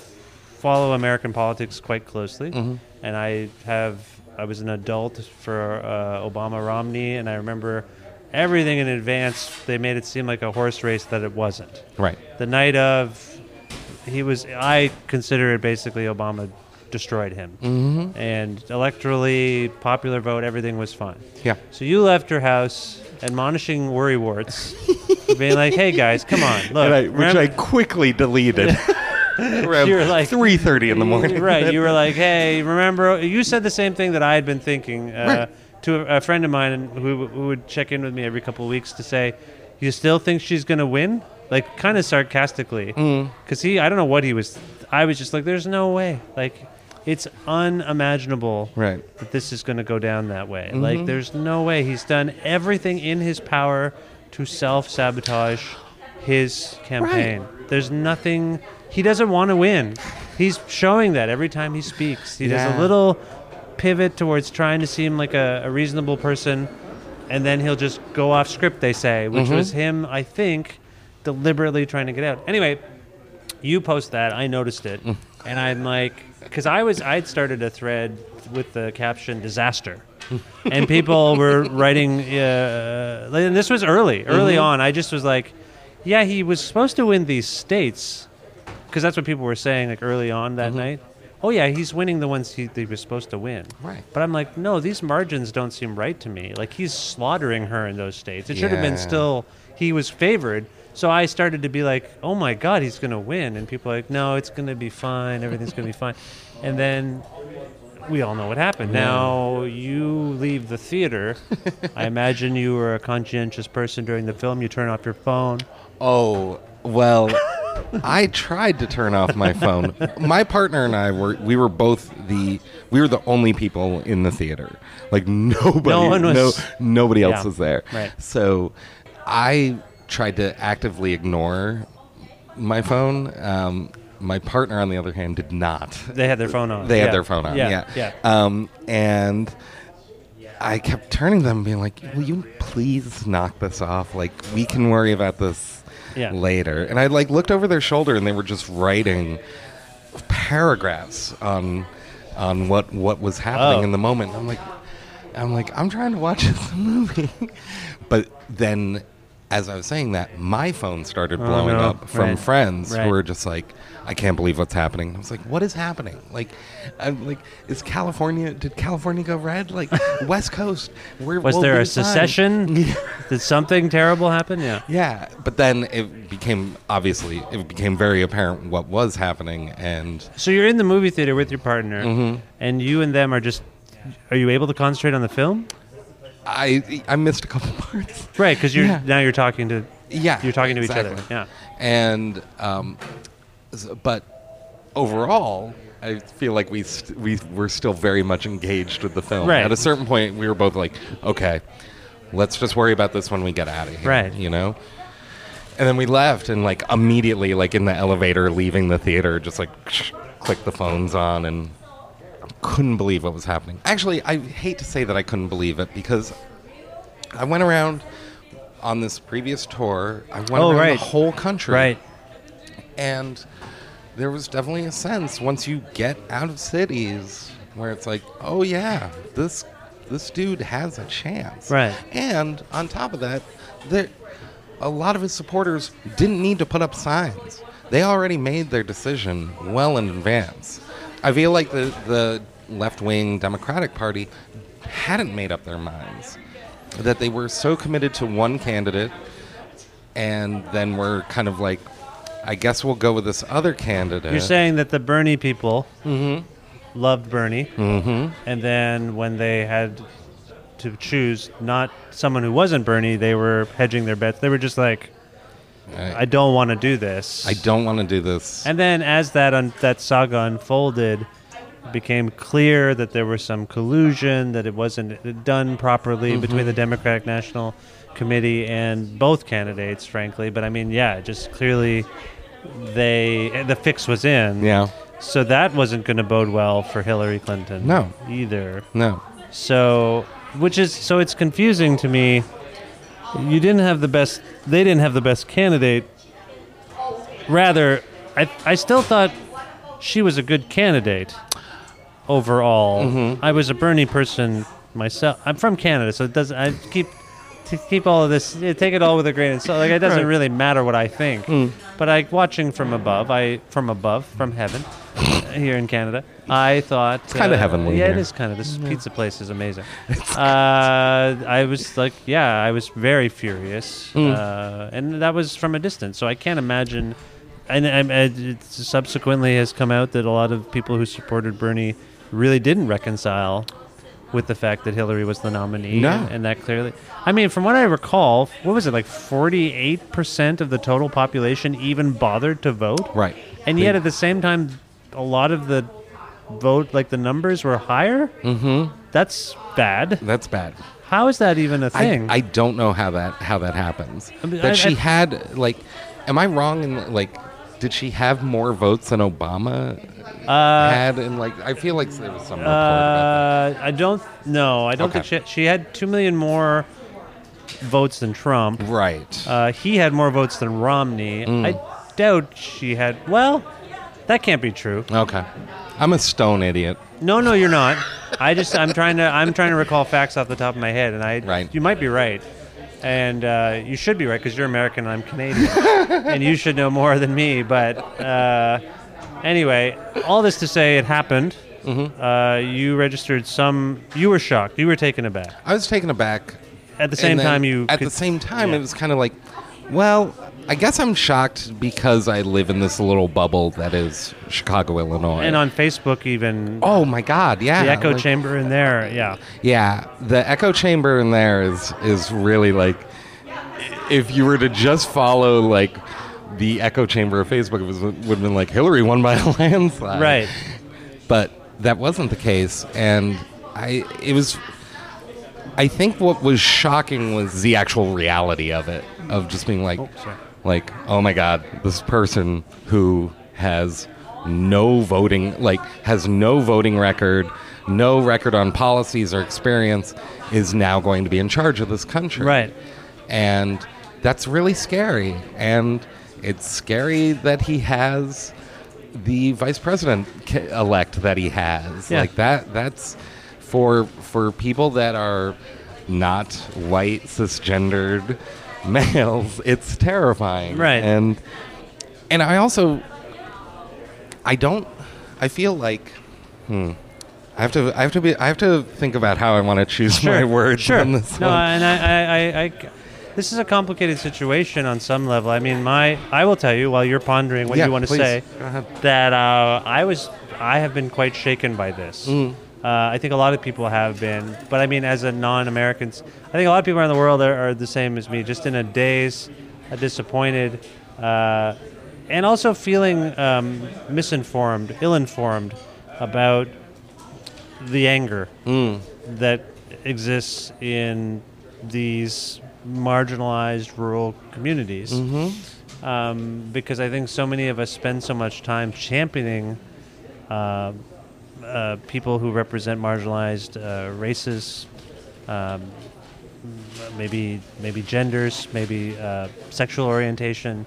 follow American politics quite closely, and I have. I was an adult for uh, Obama Romney, and I remember everything in advance. They made it seem like a horse race that it wasn't Right. the night of he was i consider it basically obama destroyed him mm-hmm. and electorally popular vote everything was fine Yeah. so you left your house admonishing worrywarts being like hey guys come on look And I, which I remember- quickly deleted. around You were like- 3.30 in the morning. right you were like hey remember you said the same thing that i had been thinking uh, to a, a friend of mine who, who would check in with me every couple of weeks to say you still think she's going to win like kind of sarcastically Mm. because he i don't know what he was i was just like there's no way like it's unimaginable Right. Mm-hmm. that this is going to go down that way like there's no way he's done everything in his power to self-sabotage his campaign there's nothing he doesn't want to win he's showing that every time he speaks he does Yeah. a little pivot towards trying to seem like a, a reasonable person and then he'll just go off script they say which Mm-hmm. was him i think deliberately trying to get out anyway you post that i noticed it and i'm like because i was i'd started a thread with the caption disaster and people were writing uh, like, and this was early early on i just was like yeah he was supposed to win these states because that's what people were saying like early on Mm-hmm. that night oh yeah he's winning the ones he, that he was supposed to win Right. but i'm like no these margins don't seem right to me like he's slaughtering her in those states it should have been Yeah. still still- he was favored. So I started to be like, "Oh my God, he's going to win," and people are like, "No, it's going to be fine. Everything's going to be fine." And then we all know what happened. Now you leave the theater. I imagine you were a conscientious person during the film. You turn off your phone. Oh, well, I tried to turn off my phone. My partner and I were we were both the we were the only people in the theater. Like nobody No one was- nobody else Yeah, was there. right. So I tried to actively ignore my phone. Um, my partner on the other hand did not. They had their phone on. They had Yeah. their phone on. Yeah. yeah. Um, and I kept turning them, and being like, "Will you please knock this off? Like, we can worry about this Yeah. later." And I like looked over their shoulder, and they were just writing paragraphs on on what what was happening Oh. in the moment. And I'm like, I'm like, I'm trying to watch this movie, but then. As I was saying that, my phone started blowing Oh, no. up from Right. friends Right. who were just like, I can't believe what's happening. I was like, what is happening? Like, I'm like, is California? Did California go red? Like, West Coast? Where Was we'll there be a fine. secession? Did something terrible happen? Yeah. Yeah, but then it became obviously it became very apparent what was happening, and So you're in the movie theater with your partner, Mm-hmm. and you and them are just. Are you able to concentrate on the film? I I missed a couple parts. Right, because you're Yeah. now you're talking to Yeah, you're talking to each other. exactly. Yeah. and um, s- but overall, I feel like we st- we were still very much engaged with the film. Right. At a certain point, we were both like, okay, let's just worry about this when we get out of here. Right. You know. And then we left, and like immediately, like in the elevator, leaving the theater, just like click the phones on, and couldn't believe what was happening. Actually, I hate to say that I couldn't believe it because I went around on this previous tour. I went Oh, around right. the whole country, Right. and there was definitely a sense once you get out of cities where it's like, oh yeah, this this dude has a chance. Right. And on top of that, there a lot of his supporters didn't need to put up signs. They already made their decision well in advance. I feel like the the left wing Democratic Party hadn't made up their minds. That they were so committed to one candidate and then we're kind of like, I guess we'll go with this other candidate. You're saying that the Bernie people Mm-hmm. loved Bernie, and then when they had to choose not someone who wasn't Bernie, they were hedging their bets. They were just like, I don't want to do this. I don't want to do this. And then as that un- that saga unfolded, it became clear that there was some collusion, that it wasn't done properly Mm-hmm. between the Democratic National Committee and both candidates, frankly. But I mean, yeah, just clearly they eh, the fix was in. yeah. So that wasn't going to bode well for Hillary Clinton. No. Either. No. So, which is so it's confusing to me. You didn't have the best. They didn't have the best candidate. Rather, I I still thought she was a good candidate overall. Mm-hmm. I was a Bernie person myself. I'm from Canada, so it doesn't. I keep. To keep all of this, yeah, take it all with a grain of salt. Like it doesn't really matter what I think, Hmm. but I watching from above, I from above, from heaven, here in Canada, I thought it's kinda heavenly Yeah, it here. is kind of. This pizza place is amazing. Uh, I was like, yeah, I was very furious, uh, and that was from a distance. So I can't imagine. And, and, and it subsequently has come out that a lot of people who supported Bernie really didn't reconcile with the fact that Hillary was the nominee, No. and, and that clearly. I mean, from what I recall, what was it like? Forty-eight percent of the total population even bothered to vote, Right. And yet, at the same time, a lot of the vote, like the numbers, were higher. Mm-hmm. That's bad. That's bad. How is that even a I, thing? I don't know how that how that happens. I mean, that I- she I- had like, am I wrong in like, did she have more votes than Obama had? And like, I feel like there was some report about uh, I don't. No, I don't Okay. think she, she had two million more votes than Trump. that. Right. Uh, he had more votes than Romney. Mm. I doubt she had. Well, that can't be true. okay. I'm a stone idiot. No, no, you're not. I just I'm trying to I'm trying to recall facts off the top of my head, and I Right. you might be right, and uh, you should be right because you're American and I'm Canadian, and you should know more than me. But uh, anyway, all this to say, it happened. Mm-hmm. Uh, you registered some. You were shocked. You were taken aback. I was taken aback. At the same and then time, you At could- the same time, yeah. it was kind of like, well, I guess I'm shocked because I live in this little bubble that is Chicago, Illinois. and on Facebook even oh my God, yeah. the echo like- chamber in there. Yeah, Yeah, the echo chamber in there is is really like if you were to just follow like the echo chamber of Facebook, it was, would have been like Hillary won by a landslide, right. But that wasn't the case, and I it was. I think what was shocking was the actual reality of it, of just being like, sorry. like, oh my God, this person who has no voting, like, has no voting record, no record on policies or experience, is now going to be in charge of this country. Right. And that's really scary. And it's scary that he has the vice president ca- elect that he has. Yeah. Like that that's for for people that are not white cisgendered males, it's terrifying. Right. And and I also I don't I feel like hmm I have to I have to be I have to think about how I want to choose my words Sure. on this no, one. and I, I, I, I, this is a complicated situation on some level. I mean, my, I will tell you while you're pondering what Yeah, you want to please. say, Go ahead. that uh, I was, I have been quite shaken by this. Mm. Uh, I think a lot of people have been, but I mean, as a non-Americans, I think a lot of people around the world are, are the same as me, just in a daze, a disappointed, uh, and also feeling um, misinformed, ill-informed about the anger that exists in these marginalized rural communities. Um, because I think so many of us spend so much time championing uh, uh, people who represent marginalized uh, races, um, m- maybe maybe genders, maybe uh, sexual orientation.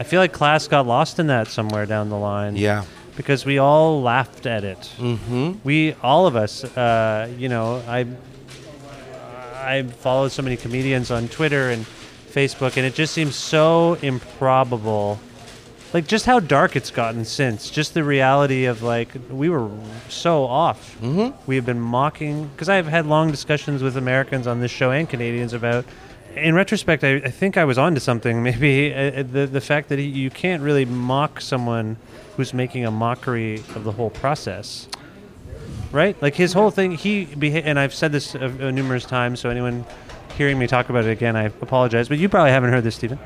I feel like class got lost in that somewhere down the line. Yeah. because we all laughed at it. Mm-hmm. We all of us, uh, you know, I I follow so many comedians on Twitter and Facebook, and it just seems so improbable. Like just how dark it's gotten since. Just the reality of like we were so off. Mm-hmm. We have been mocking because I've had long discussions with Americans on this show and Canadians about. In retrospect, I, I think I was onto something. Maybe uh, uh, the the fact that you can't really mock someone who's making a mockery of the whole process right? Like his whole thing, he beha- and I've said this uh, uh, numerous times. So anyone hearing me talk about it again, I apologize. But you probably haven't heard this, Stephen.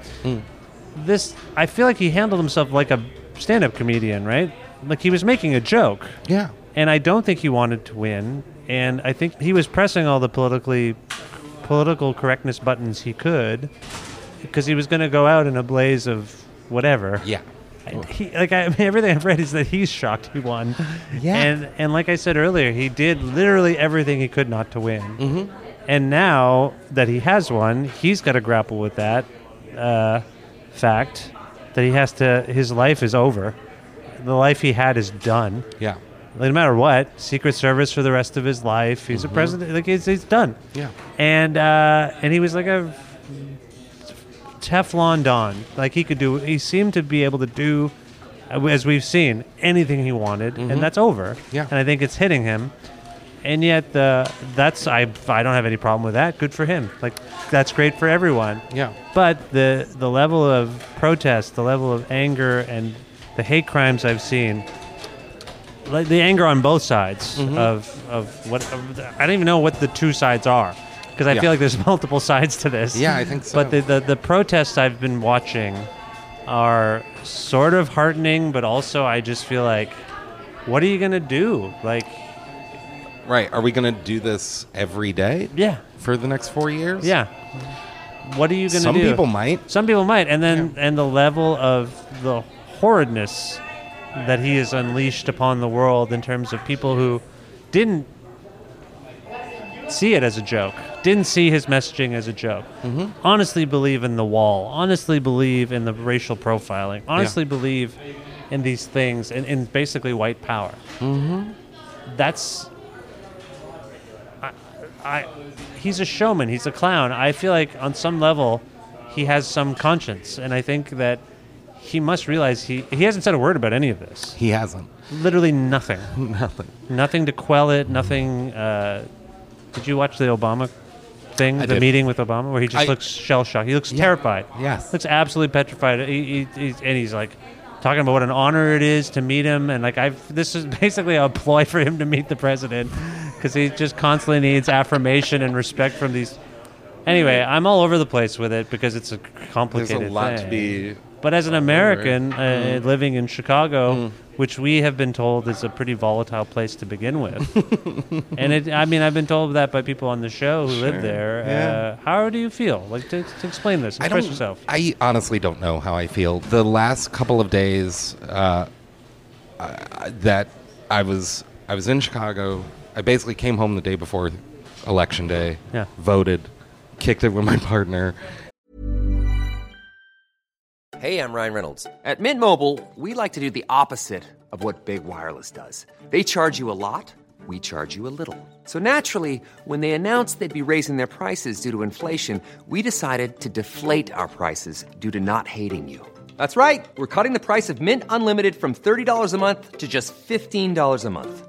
this, I feel like he handled himself like a stand-up comedian, right? Like he was making a joke, Yeah. and I don't think he wanted to win. And I think he was pressing all the politically political correctness buttons he could, because he was going to go out in a blaze of whatever. Yeah. I- he, like I, I mean, everything I've read is that he's shocked he won. Yeah. And and like I said earlier, he did literally everything he could not to win. Mm-hmm. And now that he has won, he's got to grapple with that uh, fact that he has to. His life is over. The life he had is done. Yeah. Like, no matter what, Secret Service for the rest of his life. He's a president. Like he's, he's done. Yeah. And uh, and he was like a Teflon Don. Like he could do. He seemed to be able to do, uh, as we've seen, anything he wanted, and that's over. Yeah. And I think it's hitting him. And yet, uh, that's I. I don't have any problem with that. Good for him. Like that's great for everyone. Yeah. But the the level of protest, the level of anger, and the hate crimes I've seen, like the anger on both sides Mm-hmm. of of what of the- I don't even know what the two sides are because I Yeah. feel like there's multiple sides to this. Yeah, I think so. But the, the the protests I've been watching are sort of heartening, but also I just feel like, what are you gonna do? Like, Right. Are we going to do this every day yeah, for the next four years? yeah. What are you gonna Some do? people might. Some people might, and then and the level of the horridness that he has unleashed upon the world in terms of people who didn't see it as a joke, didn't see his messaging as a joke, honestly believe in the wall, honestly believe in the racial profiling, honestly believe in these things, and in basically white power. That's I, he's a showman. He's a clown. I feel like on some level, he has some conscience, and I think that he must realize he he hasn't said a word about any of this. He hasn't. Literally nothing. Nothing. nothing to quell it. Nothing. Uh, did you watch the Obama thing? I the did. meeting with Obama, where he just I- looks shell shocked. He looks terrified. Yes. Looks absolutely petrified. He, he, he's, and he's like talking about what an honor it is to meet him, and like I've this is basically a ploy for him to meet the president because he just constantly needs affirmation and respect from these. Anyway, I'm all over the place with it because it's a complicated. lot to thing. be But as an American uh, Mm. living in Chicago, which we have been told is a pretty volatile place to begin with, and it, I mean, I've been told that by people on the show who live there. Yeah. Uh, how do you feel? Like, to, to explain this, I express don't. yourself. I honestly don't know how I feel. The last couple of days uh, I, that I was I was in Chicago. I basically came home the day before election day. Yeah. Voted, kicked it with my partner. Hey, I'm Ryan Reynolds. At Mint Mobile, we like to do the opposite of what Big Wireless does. They charge you a lot, we charge you a little. So naturally, when they announced they'd be raising their prices due to inflation, we decided to deflate our prices due to not hating you. That's right. We're cutting the price of Mint Unlimited from $30 a month to just $15 a month.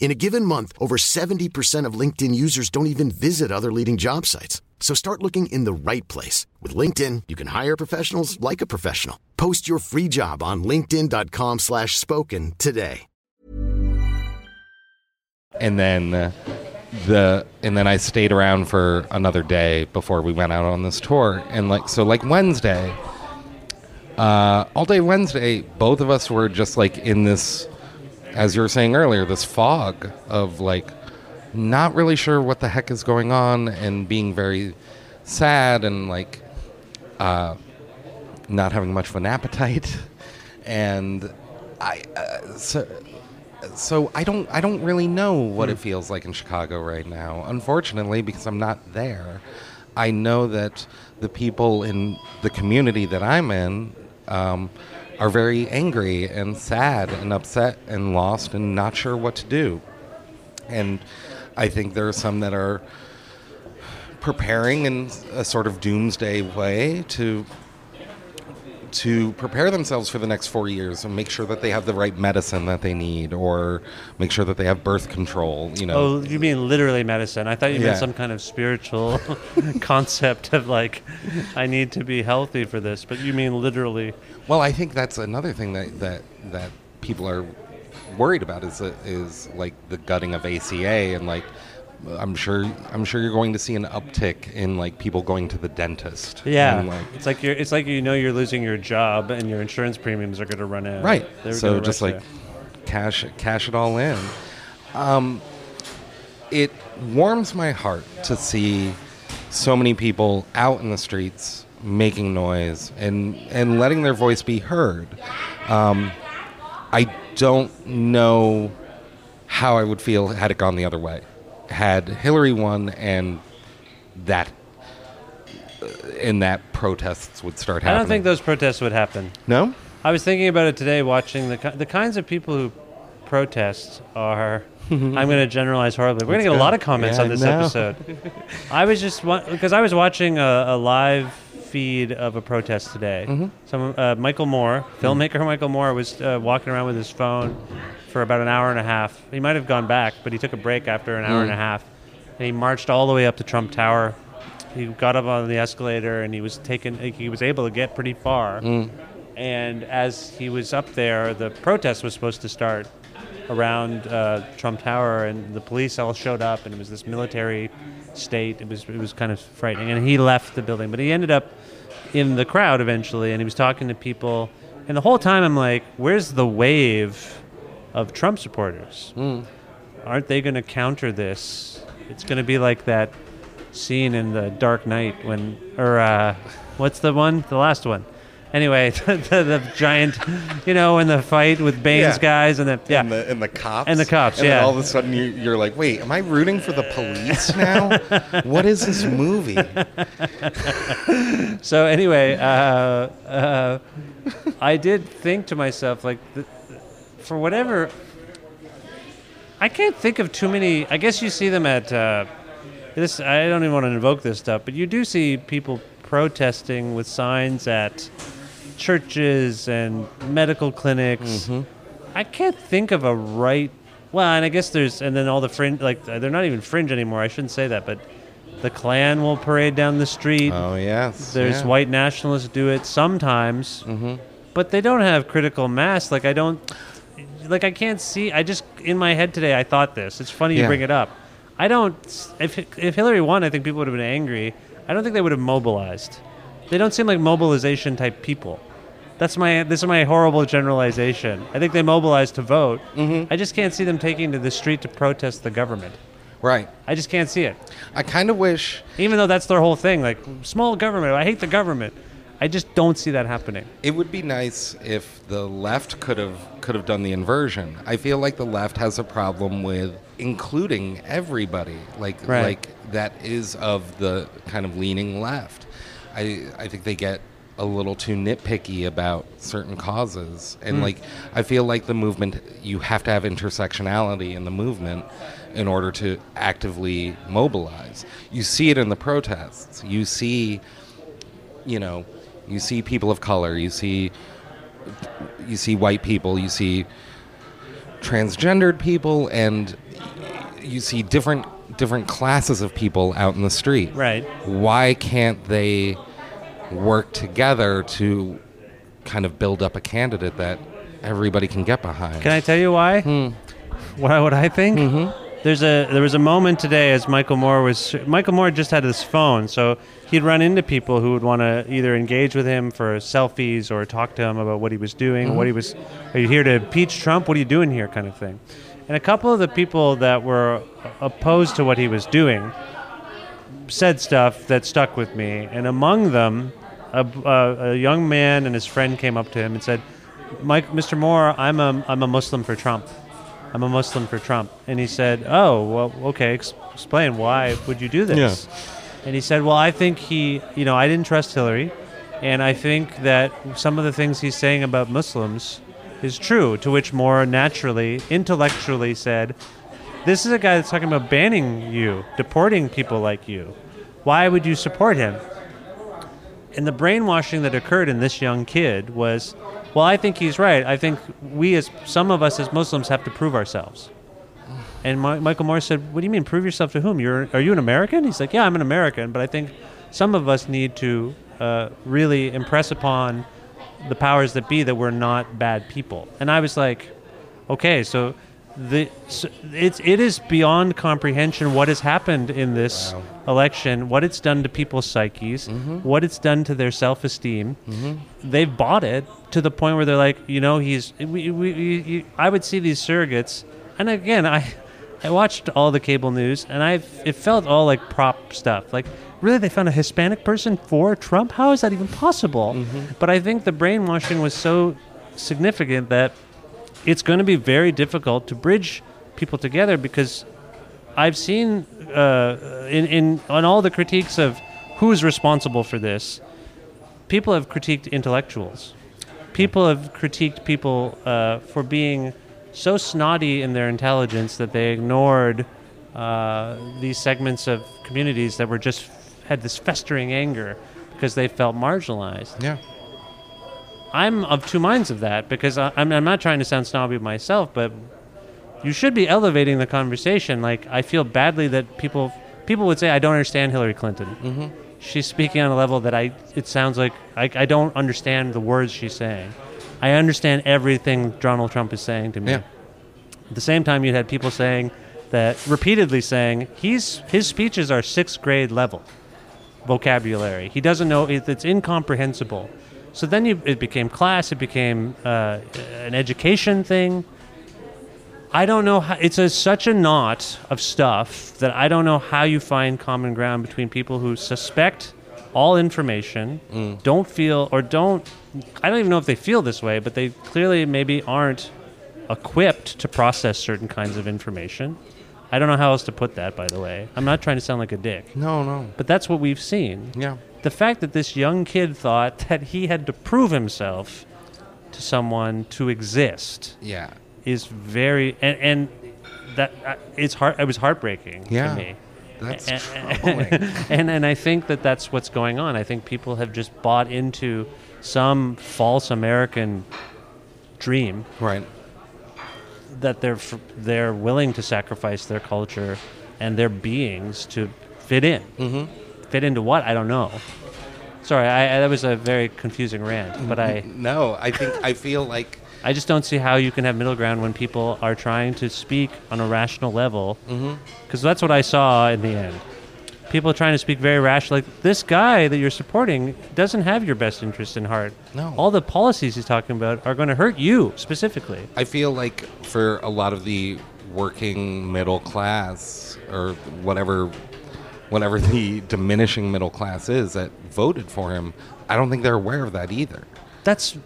In a given month, over 70% of LinkedIn users don't even visit other leading job sites. So start looking in the right place. With LinkedIn, you can hire professionals like a professional. Post your free job on linkedin.com/spoken slash spoken today. and then uh, the and then I stayed around for another day before we went out on this tour and like so like Wednesday uh, all day Wednesday both of us were just like in this as you were saying earlier this fog of like not really sure what the heck is going on and being very sad and like uh, not having much of an appetite and I uh, so so I don't I don't really know what it feels like in Chicago right now. Unfortunately, because I'm not there, I know that the people in the community that I'm in um, are very angry and sad and upset and lost and not sure what to do. And I think there are some that are preparing in a sort of doomsday way to to prepare themselves for the next four years and make sure that they have the right medicine that they need or make sure that they have birth control, you know. Oh, you mean literally medicine? I thought you Yeah. meant some kind of spiritual concept of like, I need to be healthy for this. But you mean literally? Well, I think that's another thing that that that people are worried about is is like the gutting of ACA and like I'm sure I'm sure you're going to see an uptick in like people going to the dentist. Yeah, And, like, Mm. it's like you're. It's like you know you're losing your job and your insurance premiums are going to run out. right. They're so gonna just rush like you. cash cash it all in. Um, it warms my heart to see so many people out in the streets making noise and and letting their voice be heard. Um, I don't know how I would feel had it gone the other way. Had Hillary won and that uh, and that protests would start I happening. don't think those protests would happen. No? I was thinking about it today, watching the ki- the kinds of people who protest are. I'm going to generalize horribly. We're going to get a lot of comments Yeah, on I this know. episode. I was just because I was watching a, a live feed of a protest today. Mm-hmm. Some uh, Michael Moore, Mm. filmmaker Michael Moore, was uh, walking around with his phone for about an hour and a half. He might have gone back, but he took a break after an hour and a Mm. half, and he marched all the way up to Trump Tower. He got up on the escalator, and he was taken. He was able to get pretty far. Mm. And as he was up there, the protest was supposed to start around uh, Trump Tower, and the police all showed up, and it was this military state. It was it was kind of frightening, and he left the building, but he ended up in the crowd eventually, and he was talking to people, and the whole time I'm like, "Where's the wave of Trump supporters? Hmm. Aren't they going to counter this? It's going to be like that scene in the Dark Knight when, or uh, what's the one, the last one." Anyway, the, the, the giant, you know, in the fight with Bane's Yeah. guys, and the yeah, And the, and the cops. And the cops, And yeah. Then all of a sudden you, you're like, wait, am I rooting for the police now? what is this movie? So anyway, uh, uh, I did think to myself, like, th- th- for whatever, I can't think of too many. I guess you see them at uh, this. I don't even want to invoke this stuff, but you do see people protesting with signs at churches and medical clinics. I can't think of a right. Well, and I guess there's, and then all the fringe, like they're not even fringe anymore. I shouldn't say that, but the Klan will parade down the street. Oh, yes. There's yeah. Mm-hmm. white nationalists do it sometimes, but they don't have critical mass. Like I don't, like I can't see. I just in my head today I thought this. It's funny you Yeah. bring it up. I don't. If if Hillary won, I think people would have been angry. I don't think they would have mobilized. They don't seem like mobilization type people. That's my this is my horrible generalization. I think they mobilized to vote. Mm-hmm. I just can't see them taking to the street to protest the government. Right. I just can't see it I kind of wish even though that's their whole thing like small government i hate the government i just don't see that happening It would be nice if the left could have could have done the inversion. I feel like the left has a problem with including everybody, like Right. like that is of the kind of leaning left. I I think they get a little too nitpicky about certain causes, and like I feel like the movement you have to have intersectionality in the movement in order to actively mobilize. You see it in the protests. You see you know, you see people of color, you see you see white people, you see transgendered people and you see different different classes of people out in the street. Right. Why can't they work together to kind of build up a candidate that everybody can get behind? can i tell you why why would i think there's a there was a moment today as michael moore was michael moore just had his phone so he'd run into people who would want to either engage with him for selfies or talk to him about what he was doing what he was are you here to impeach trump what are you doing here kind of thing and a couple of the people that were opposed to what he was doing said stuff that stuck with me, and among them, a, a, a young man and his friend came up to him and said, "Mike, Mr. Moore, I'm a I'm a Muslim for Trump. I'm a Muslim for Trump." And he said, "Oh, well, okay. Ex- explain why would you do this?" And he said, "Well, I think he, you know, I didn't trust Hillary, and I think that some of the things he's saying about Muslims." Is true, to which Moore naturally, intellectually said, this is a guy that's talking about banning you, deporting people like you. Why would you support him? And the brainwashing that occurred in this young kid was, well, I think he's right. I think we, as some of us as Muslims, have to prove ourselves. And Mi- Michael Moore said, "What do you mean, prove yourself to whom? You're are you an American?" He's like, "Yeah, I'm an American, but I think some of us need to uh, really impress upon the powers that be that we're not bad people." And I was like, "Okay, so." The, so it's it is beyond comprehension what has happened in this election, what it's done to people's psyches, what it's done to their self esteem. They've bought it to the point where they're like, you know, he's. We, we, we, you- I would see these surrogates, and again, I I watched all the cable news, and I it felt all like prop stuff. Like, really, they found a Hispanic person for Trump? How is that even possible? But I think the brainwashing was so significant that it's going to be very difficult to bridge people together because I've seen uh, in, in on all the critiques of who's responsible for this, people have critiqued intellectuals. People have critiqued people uh, for being so snotty in their intelligence that they ignored uh, these segments of communities that were just had this festering anger because they felt marginalized. Yeah. I'm of two minds of that because I, I'm, I'm not trying to sound snobby myself, but you should be elevating the conversation. Like I feel badly that people people would say I don't understand Hillary Clinton. Mm-hmm. She's speaking on a level that I it sounds like I, I don't understand the words she's saying. I understand everything Donald Trump is saying to me. Yeah. At the same time, you had people saying that repeatedly saying he's his speeches are sixth grade level vocabulary. He doesn't know it, it's incomprehensible. So then you, it became class. It became uh, an education thing. I don't know. How, it's a, such a knot of stuff that I don't know how you find common ground between people who suspect all information, don't feel or don't. I don't even know if they feel this way, but they clearly maybe aren't equipped to process certain kinds of information. I don't know how else to put that. By the way, I'm not trying to sound like a dick, No, no. but that's what we've seen. Yeah. The fact that this young kid thought that he had to prove himself to someone to exist Yeah. is very and, and that uh, it's heart it was heartbreaking Yeah. to me That's And- troubling. and and I think that that's what's going on I think people have just bought into some false American dream right. that they're f- they're willing to sacrifice their culture and their beings to fit in mm-hmm. fit into what I don't know sorry I, I, that was a very confusing rant but I No, I think I feel like I just don't see how you can have middle ground when people are trying to speak on a rational level. Because Mm-hmm. that's what I saw in the end. People are trying to speak very rational. Like this guy that you're supporting doesn't have your best interest in heart. No. All the policies he's talking about are going to hurt you specifically. I feel like for a lot of the working middle class or whatever whatever the diminishing middle class is that voted for him, I don't think they're aware of that either. That's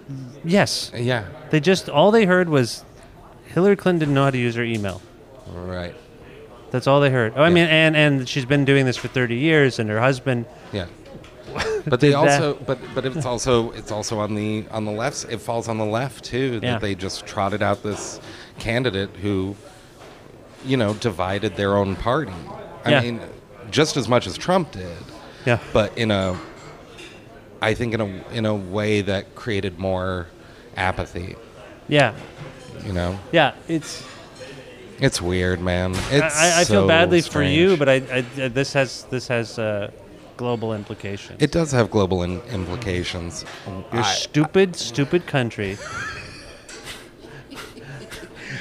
yes. Yeah. They just all they heard was Hillary Clinton didn't know how to use her email. Right. That's all they heard. Oh, I Yeah. mean, and and she's been doing this for 30 years, and her husband. Yeah. But they that- also but but it's also it's also on the on the left it falls on the left too that Yeah. they just trotted out this candidate who you know divided their own party. I Yeah. mean just as much as Trump did. Yeah. but in a I think in a in a way that created more apathy, Yeah. you know. Yeah. It's. It's weird, man. It's I, I so feel badly for strange. you, but I, I- uh, this has this has uh, global implications. it does have global in- implications. Your I- stupid, stupid country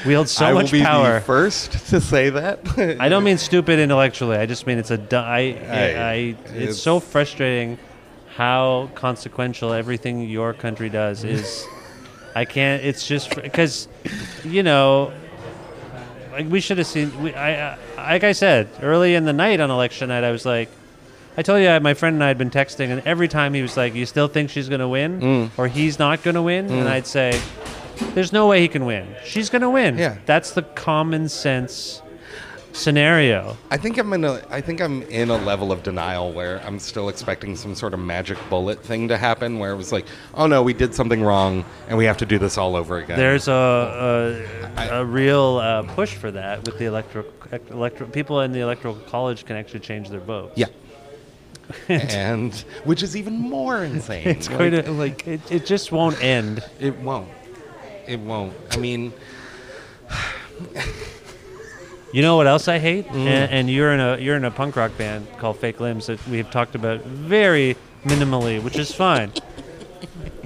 wields so I will much be the power. first to say that. I don't mean stupid intellectually. I just mean it's a. du- I, Hey, I, I it's, so frustrating how consequential everything your country does is. I can't. It's just because, you know, like we should have seen. We, I, I, like I said early in the night on election night, I was like, I told you I, my friend and I had been texting, and every time he was like, "You still think she's going to win, Mm. or he's not going to win?" And I'd say, "There's no way he can win. She's going to win. Yeah. That's the common sense." scenario. I think I'm in a I think I'm in a level of denial where I'm still expecting some sort of magic bullet thing to happen where it was like, "Oh no, we did something wrong and we have to do this all over again." There's a a, a real uh, push for that with the electoral electoral people in the electoral college can actually change their votes. Yeah. and which is even more insane. It's going to like it, it just won't end. It won't. It won't. I mean, You know what else I hate? Mm. And, and you're in a you're in a punk rock band called Fake Limbs that we have talked about very minimally, which is fine.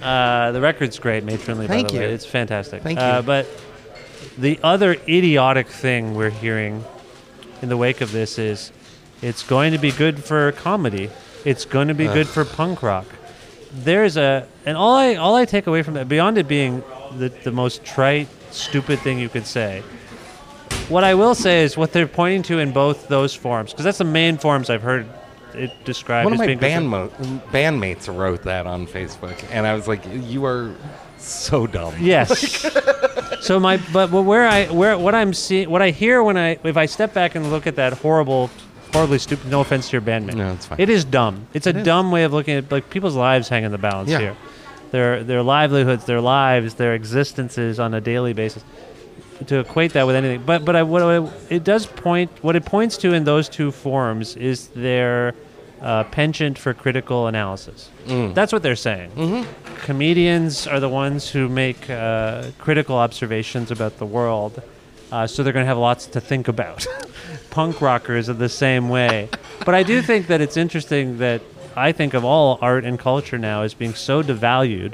uh, the record's great, matronly. Thank by the you. Way. It's fantastic. Thank Uh, you. but the other idiotic thing we're hearing in the wake of this is it's going to be good for comedy. It's going to be good for punk rock. There's a and all I all I take away from that beyond it being the the most trite stupid thing you could say. What I will say is what they're pointing to in both those forms because that's the main forms I've heard it described one as of my being good for- band mo- bandmates wrote that on Facebook, and I was like, "You are so dumb." Yes. so my but wh- where I where what I'm seeing what I hear when I if I step back and look at that horrible horribly stupid no offense to your bandmate. No, it's fine. It is dumb. It's a dumb way of looking at like people's lives hang in the balance Yeah. here. Their their livelihoods, their lives, their existences on a daily basis. To equate that with anything, but but I, what I, it does point what it points to in those two forms is their uh, penchant for critical analysis. That's what they're saying comedians are the ones who make uh, critical observations about the world, uh, so they're going to have lots to think about. Punk rockers are the same way. But I do think that it's interesting that I think of all art and culture now as being so devalued.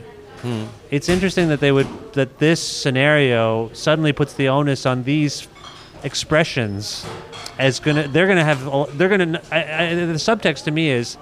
It's interesting that they would that this scenario suddenly puts the onus on these expressions as gonna they're gonna have a- they're gonna I, I, the subtext to me is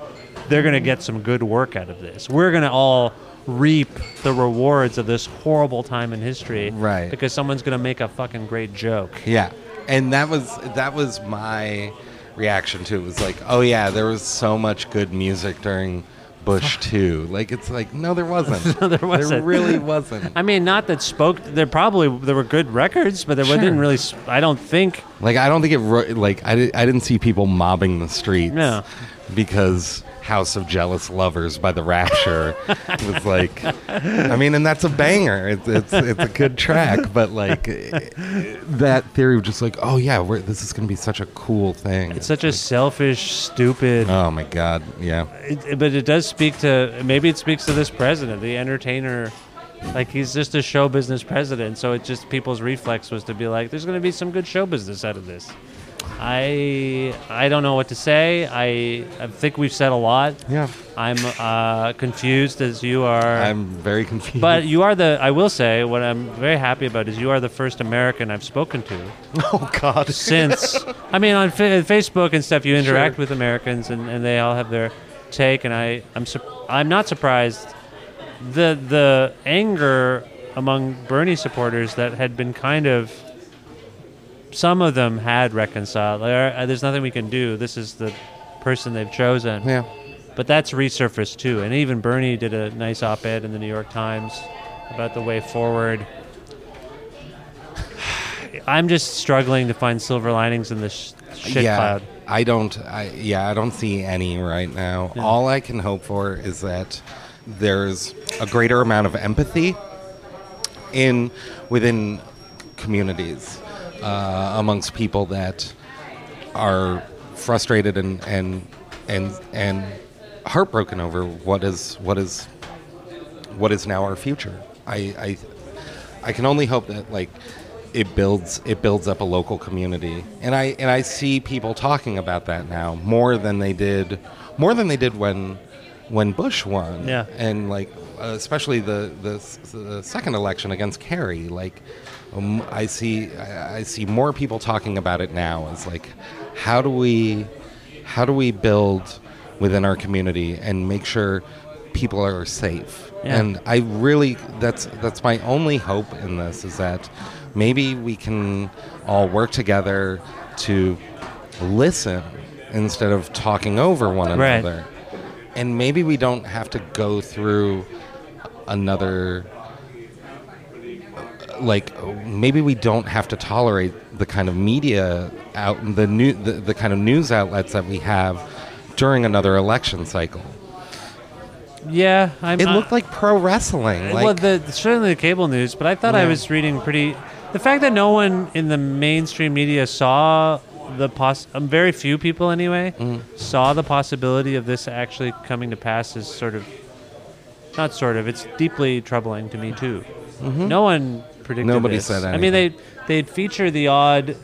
they're gonna get some good work out of this we're gonna all reap the rewards of this horrible time in history Right. because someone's gonna make a fucking great joke Yeah, and that was that was my reaction to it. Was like, oh yeah, there was so much good music during Bush too. Like it's like no, there wasn't. No, there wasn't. really wasn't. i mean not that spoke there probably there were good records but there Sure. didn't really s- i don't think Like I don't think it. Ro- like I, di- I didn't see people mobbing the streets. No. Because House of Jealous Lovers by the Rapture was like, I mean, and that's a banger. It's it's, it's a good track, but like that theory was just like, oh yeah, we're, this is going to be such a cool thing. it's such a selfish stupid oh my god, yeah. it, it- but it does speak to maybe it speaks to this president, the entertainer. Like he's just a show business president, so it just people's reflex was to be like, "There's going to be some good show business out of this." I I don't know what to say. I I think we've said a lot. Yeah. I'm uh, confused as you are. I'm very confused. but you are the. I will say what I'm very happy about is you are the first American I've spoken to oh god, since I mean on fa- Facebook and stuff you interact Sure. with Americans and, and they all have their take and I I'm sur- I'm not surprised the the anger among Bernie supporters that had been kind of some of them had reconciled like, "All right, there's nothing we can do this is the person they've chosen yeah, but that's resurfaced too. And even Bernie did a nice op ed in the New York Times about the way forward. I'm just struggling to find silver linings in this sh- shit yeah. cloud. I don't. I yeah, I don't see any right now. All I can hope for is that there's a greater amount of empathy in within communities uh, amongst people that are frustrated and and and and heartbroken over what is what is what is now our future. I, I I can only hope that like it builds it builds up a local community, and I and I see people talking about that now more than they did more than they did when when Bush won. Yeah. and like uh, especially the, the s- the second election against Kerry, like. Um, I see. I I see more people talking about it now. As like, how do we, how do we build within our community and make sure people are safe? Yeah. And I really that's that's my only hope in this is that maybe we can all work together to listen instead of talking over one Right. another. And maybe we don't have to go through another like maybe we don't have to tolerate the kind of media out the new the, the kind of news outlets that we have during another election cycle. Yeah, I'm. It looked like pro wrestling. Like, well, the, certainly the cable news, but I thought I Yeah. was reading pretty. The fact that no one in the mainstream media saw the poss- um, very few people anyway Mm. saw the possibility of this actually coming to pass is sort of not sort of it's deeply troubling to me too. No one predicted. Mm-hmm. Nobody this. said I mean, they they'd feature the odd.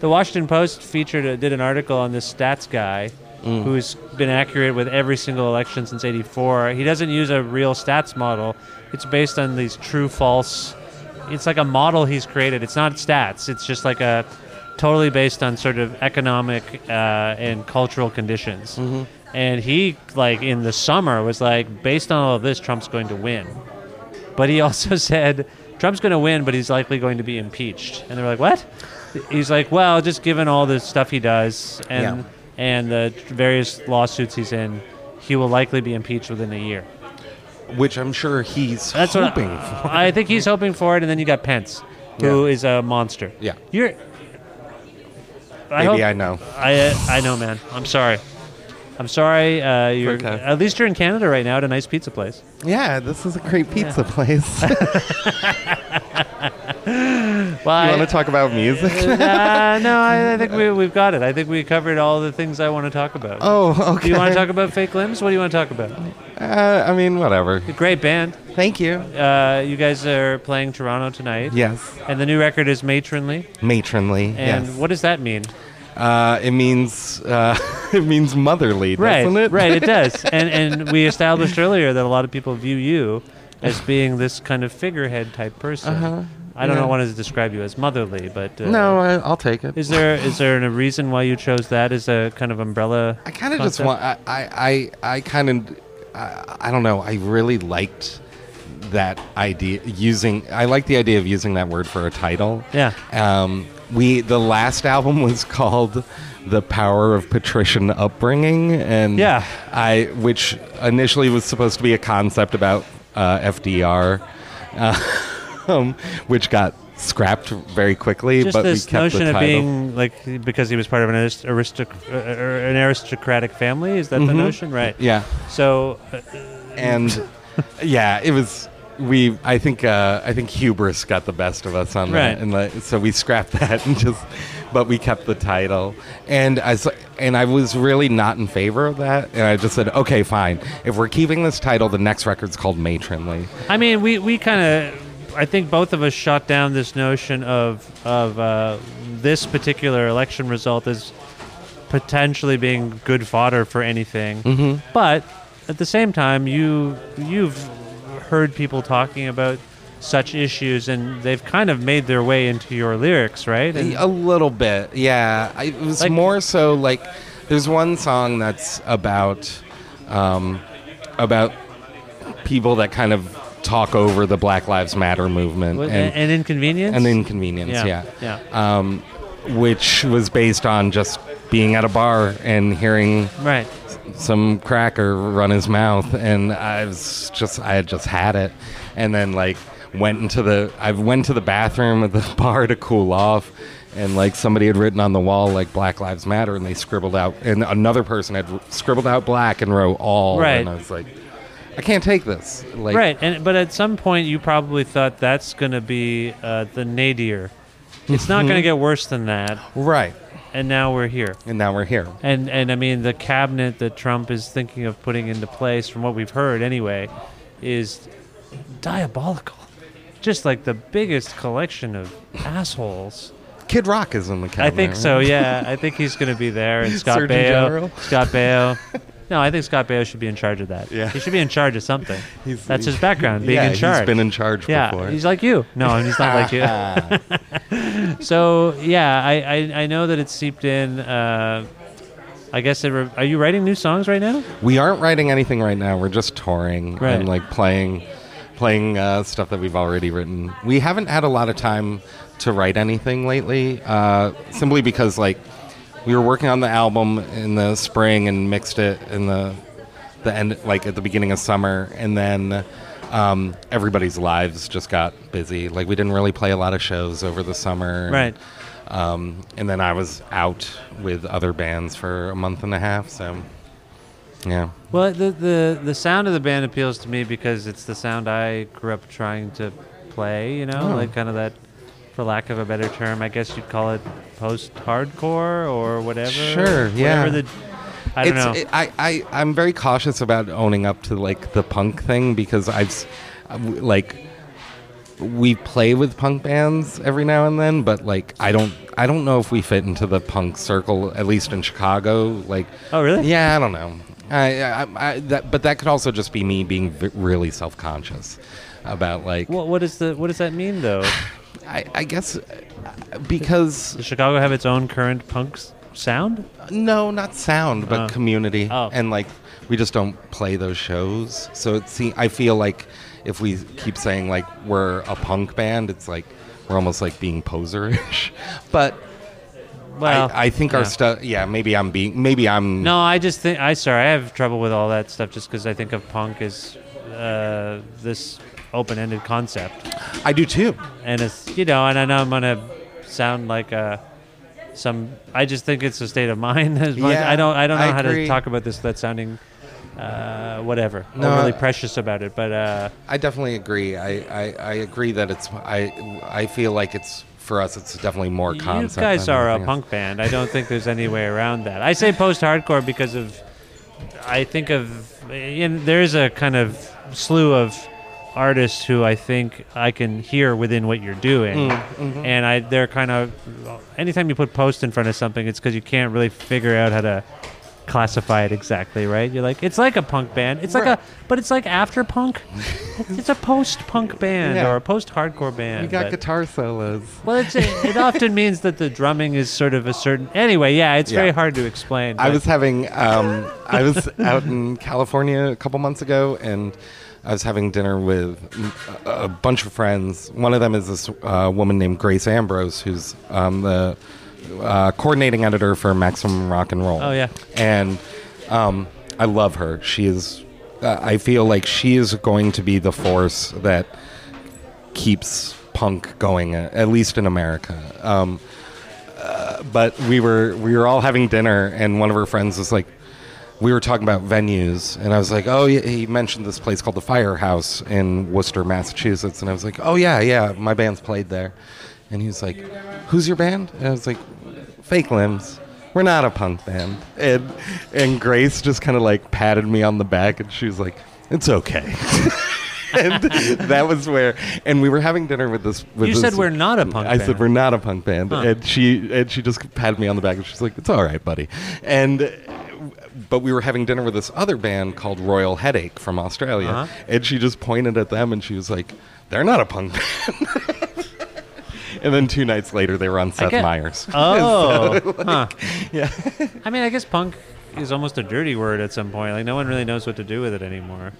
The Washington Post featured a, did an article on this stats guy. Mm. Who's been accurate with every single election since '84? He doesn't use a real stats model. It's based on these true-false it's like a model he's created. It's not stats. It's just like a totally based on sort of economic uh, and cultural conditions. And he like in the summer was like, based on all of this, Trump's going to win. But he also said Trump's going to win, but he's likely going to be impeached. And they're like, what? He's like, well, just given all the stuff he does and and the various lawsuits he's in, he will likely be impeached within a year. which I'm sure he's That's what hoping I, for. I think he's hoping for it, and then you got Pence, who is a monster. Yeah. you're. I Maybe hope- I know. I uh, I know, man. I'm sorry. I'm sorry. Uh, you're okay. at least you're in Canada right now at a nice pizza place. Yeah, this is a great pizza place. you Well, want to talk about music? uh, no, I, I think we we've got it. I think we covered all the things I want to talk about. oh, Do okay. you want to talk about fake limbs? What do you want to talk about? Uh, I mean, whatever. Great band. Thank you. Uh, you guys are playing Toronto tonight. Yes, And the new record is matronly. matronly. And yes. what does that mean? Uh, it means uh, it means motherly, right, doesn't it? right, it does. And and we established earlier that a lot of people view you as being this kind of figurehead type person. Uh-huh. I don't yeah. know want to describe you as motherly, but uh, No, I, I'll take it. Is there is there a reason why you chose that as a kind of umbrella? I kind of just concept? want. I I I, I kind of. I, I don't know. I really liked that idea using. I like the idea of using that word for a title. Yeah. Um. We the last album was called "The Power of Patrician Upbringing," and Yeah. I which initially was supposed to be a concept about uh, FDR, uh, um, which got scrapped very quickly. Just but we this kept notion the of title. being like because he was part of an arist- aristoc- uh, uh, an aristocratic family. Is that the notion? Right. Mm-hmm. yeah. So uh, and yeah, it was. We, I think, uh, I think hubris got the best of us on Right. that, and like, so we scrapped that and just, but we kept the title. And I, s- and I was really not in favor of that, and I just said, okay, fine. If we're keeping this title, the next record's called Matronly. I mean, we, we kind of, I think both of us shot down this notion of of uh, this particular election result as potentially being good fodder for anything. But at the same time, you you've heard people talking about such issues, and they've kind of made their way into your lyrics, right? And A little bit, yeah. I, it was Like- more so like there's one song that's about um, about people that kind of talk over the Black Lives Matter movement and, and inconvenience. and inconvenience. Yeah, yeah, Uh, Um, which was based on just being at a bar and hearing right. some cracker run his mouth, and I was just I had just had it, and then like went into the I went to the bathroom at the bar to cool off. And like somebody had written on the wall, like Black Lives Matter, and they scribbled out, and another person had scribbled out black and wrote all. Right. And I was like, I can't take this. Like, right and but at some point you probably thought that's going to be uh, the nadir it's not going Mm-hmm. to get worse than that Right. and now we're here And now we're here. and and i mean the cabinet that trump is thinking of putting into place from what we've heard anyway is diabolical just like the biggest collection of assholes Kid Rock is in the I cabinet. think right? so. Yeah, I think he's going to be there, and Scott Surgeon Baio. General? Scott Baio. No, I think Scott Baio should be in charge of that. Yeah. he should be in charge of something. He's- That's his background, being yeah, in charge. He's been in charge yeah, before. he's like you. No, he's not like you. so yeah, I, I I know that it's seeped in. Uh, I guess it re- are you writing new songs right now? we aren't writing anything right now. We're just touring Right. and like playing, playing uh, stuff that we've already written. We haven't had a lot of time to write anything lately, uh, simply because like we were working on the album in the spring and mixed it in the the end, like at the beginning of summer, and then. Um, everybody's lives just got busy. Like we didn't really play a lot of shows over the summer. and Right. um, and then I was out with other bands for a month and a half. So, yeah, Well, the, the the sound of the band appeals Oh. to me because it's the sound I grew up trying to play. You know, like kind of that for lack of a better term. I guess you'd call it post-hardcore or whatever. Sure, Whatever yeah. the, I don't it's, know. It, I, I, I'm very cautious about owning up to like the punk thing because I've, s- I w- like, we play with punk bands every now and then, but like, I don't, I don't know if we fit into the punk circle, at least in Chicago. Like, Oh, really? Yeah, I don't know. I, I, I that, but that could also just be me being v- really self-conscious about like, what, what is the what does that mean though? I, I guess, uh, because Does Chicago have its own current punk s- sound? No, not sound, but community. Oh. And like we just don't play those shows. So it see I feel like if we keep saying like we're a punk band, it's like we're almost like being poserish. but Well, I, I think yeah. our stuff yeah, maybe I'm being maybe I'm No, I just think I sorry, I have trouble with all that stuff just because I think of punk as uh, this open-ended concept, I do too. and it's you know, and I know I'm gonna sound like a some. I just think it's a state of mind. As much. Yeah, I don't. I don't know I how agree. to talk about this without sounding uh, whatever No, overly I- precious about it. But uh, I definitely agree. I, I, I agree that it's I I feel like it's for us it's definitely more you concept. guys than are a anything else. punk band. I don't think there's any way around that. I say post-hardcore because of I think of and there is a kind of slew of artists who I think I can hear within what you're doing, Mm, mm-hmm. and I they're kind of anytime you put post in front of something, it's because you can't really figure out how to classify it exactly right you're like it's like a punk band it's like Right. a but it's like after punk it's a post-punk band Yeah. or a post-hardcore band You got but- guitar solos. well, it's, it often means that the drumming is sort of a certain. Anyway, yeah, it's very Yeah. hard to explain. I but- was having um, I was out in California a couple months ago, and I was having dinner with mm, a, a bunch of friends. One of them is this uh, woman named Grace Ambrose, who's um, the uh, coordinating editor for Maximum Rock and Roll. Oh, yeah. and um, I love her. She is. Uh, I feel like she is going to be the force that keeps punk going, uh, at least in America. Um, uh, but we were we were all having dinner, and one of her friends was like, we were talking about venues, and I was like, oh, yeah, he mentioned this place called the Firehouse in Worcester, Massachusetts, and I was like, oh yeah, yeah, my band's played there, and he was like, who's your band? And I was like, Fake Limbs. We're not a punk band, and and Grace just kind of like patted me on the back, and she was like, it's okay. and that was where, and we were having dinner with this. With You said this- we're not a punk I band. said we're not a punk band, Huh. and she and she just patted me on the back, and she's like, "It's all right, buddy." And uh, but we were having dinner with this other band called Royal Headache from Australia, Uh-huh. and she just pointed at them, and she was like, "They're not a punk band." and then two nights later, they were on Seth get- Meyers. Oh, huh. yeah. I mean, I guess punk is almost a dirty word at some point. Like no one really knows what to do with it anymore.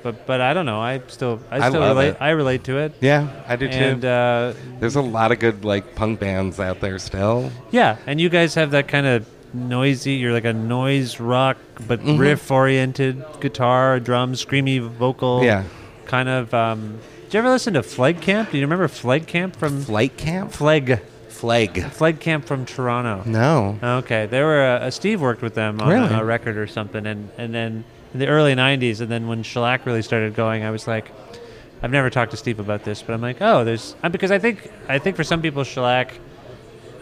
But but I don't know. I still I I still love relate. it. I relate to it. Yeah, I do too. And uh, There's a lot of good like punk bands out there still. yeah, and you guys have that kind of noisy. You're like a noise rock, but Mm-hmm. riff oriented guitar, drum, screamy vocal. Yeah. Kind of. Um, did you ever listen to Flag Camp? Do you remember Flag Camp from Flight Camp, Flag? Flag. Flag Camp from Toronto. No. Okay, they were. Uh, uh, Steve worked with them on Really? a, a record or something, and and then in the early '90s, and then when shellac really started going, I was like, I've never talked to Steve about this, but I'm like, oh, there's uh, because I think I think for some people shellac,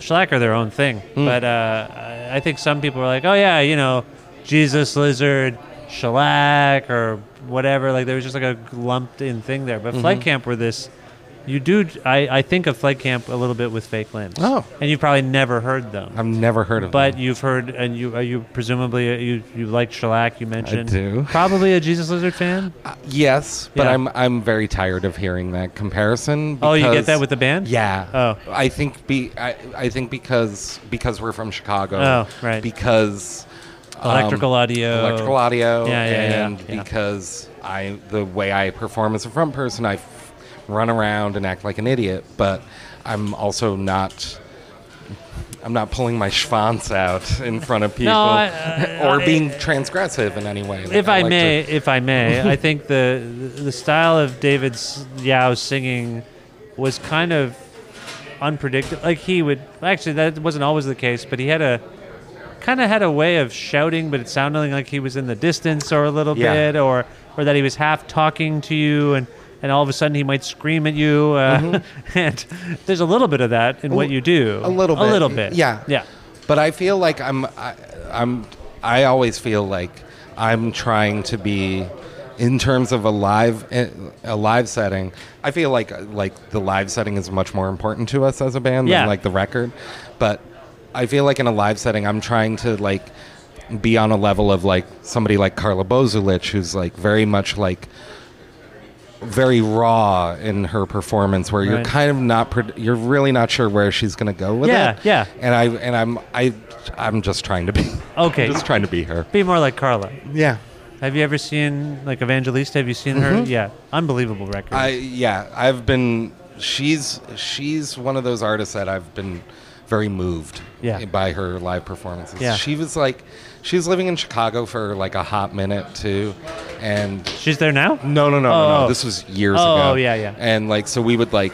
shellac are their own thing, Hmm. but uh, I- I think some people are like, oh yeah, you know, Jesus Lizard, shellac, or whatever. Like there was just like a lumped in thing there, but Mm-hmm. Flight Camp were this. You do. I, I think of Flight Camp a little bit with fake limbs. Oh. and you've probably never heard them. I've never heard of. But them. you've heard, and you uh, you presumably uh, you you like shellac. You mentioned do. probably a Jesus Lizard fan. Uh, Yes, but Yeah. I'm I'm very tired of hearing that comparison. oh, you get because- that with the band? Yeah. Oh. I think be I, I think because because we're from Chicago. Oh, right. Because um, Electrical audio. Electrical audio. Yeah, yeah, yeah, and yeah. because I the way I perform as a front person, I f- run around and act like an idiot, but I'm also not. I'm not pulling my schwanz out in front of people I- or I- being transgressive in any way. Like, If I, like to- may, if I may, I think the the style of David's Yao singing was kind of unpredictable. Like he would actually that wasn't always the case, but he had a kind of had a way of shouting, but it sounded like he was in the distance or a little Yeah. bit, or or that he was half talking to you, and and all of a sudden he might scream at you. Uh, and there's a little bit of that in what you do. Mm-hmm. a little A bit. little bit. Yeah. Yeah. But I feel like I'm I, I'm I always feel like I'm trying to be in terms of a live eh, a live setting. I feel like like the live setting is much more important to us as a band Yeah. than like the record. But I feel like in a live setting I'm trying to like be on a level of like somebody like Carla Bozulich who's like very much like very raw in her performance where you're Right. kind of not pred- you're really not sure where she's going to go with Yeah, it. yeah. And I and I'm I I'm just trying to be Okay. just trying to be her. Be more like Carla. Yeah. Have you ever seen like Evangelista? Have you seen her? Mm-hmm. Yeah, unbelievable record. I yeah, I've been she's she's one of those artists that I've been very moved Yeah. by her live performances. Yeah. She was like she was living in Chicago for like a hot minute too and She's there now. No, no, no, no, Oh. no. This was years Oh, ago. oh, yeah, yeah. And like, so we would like,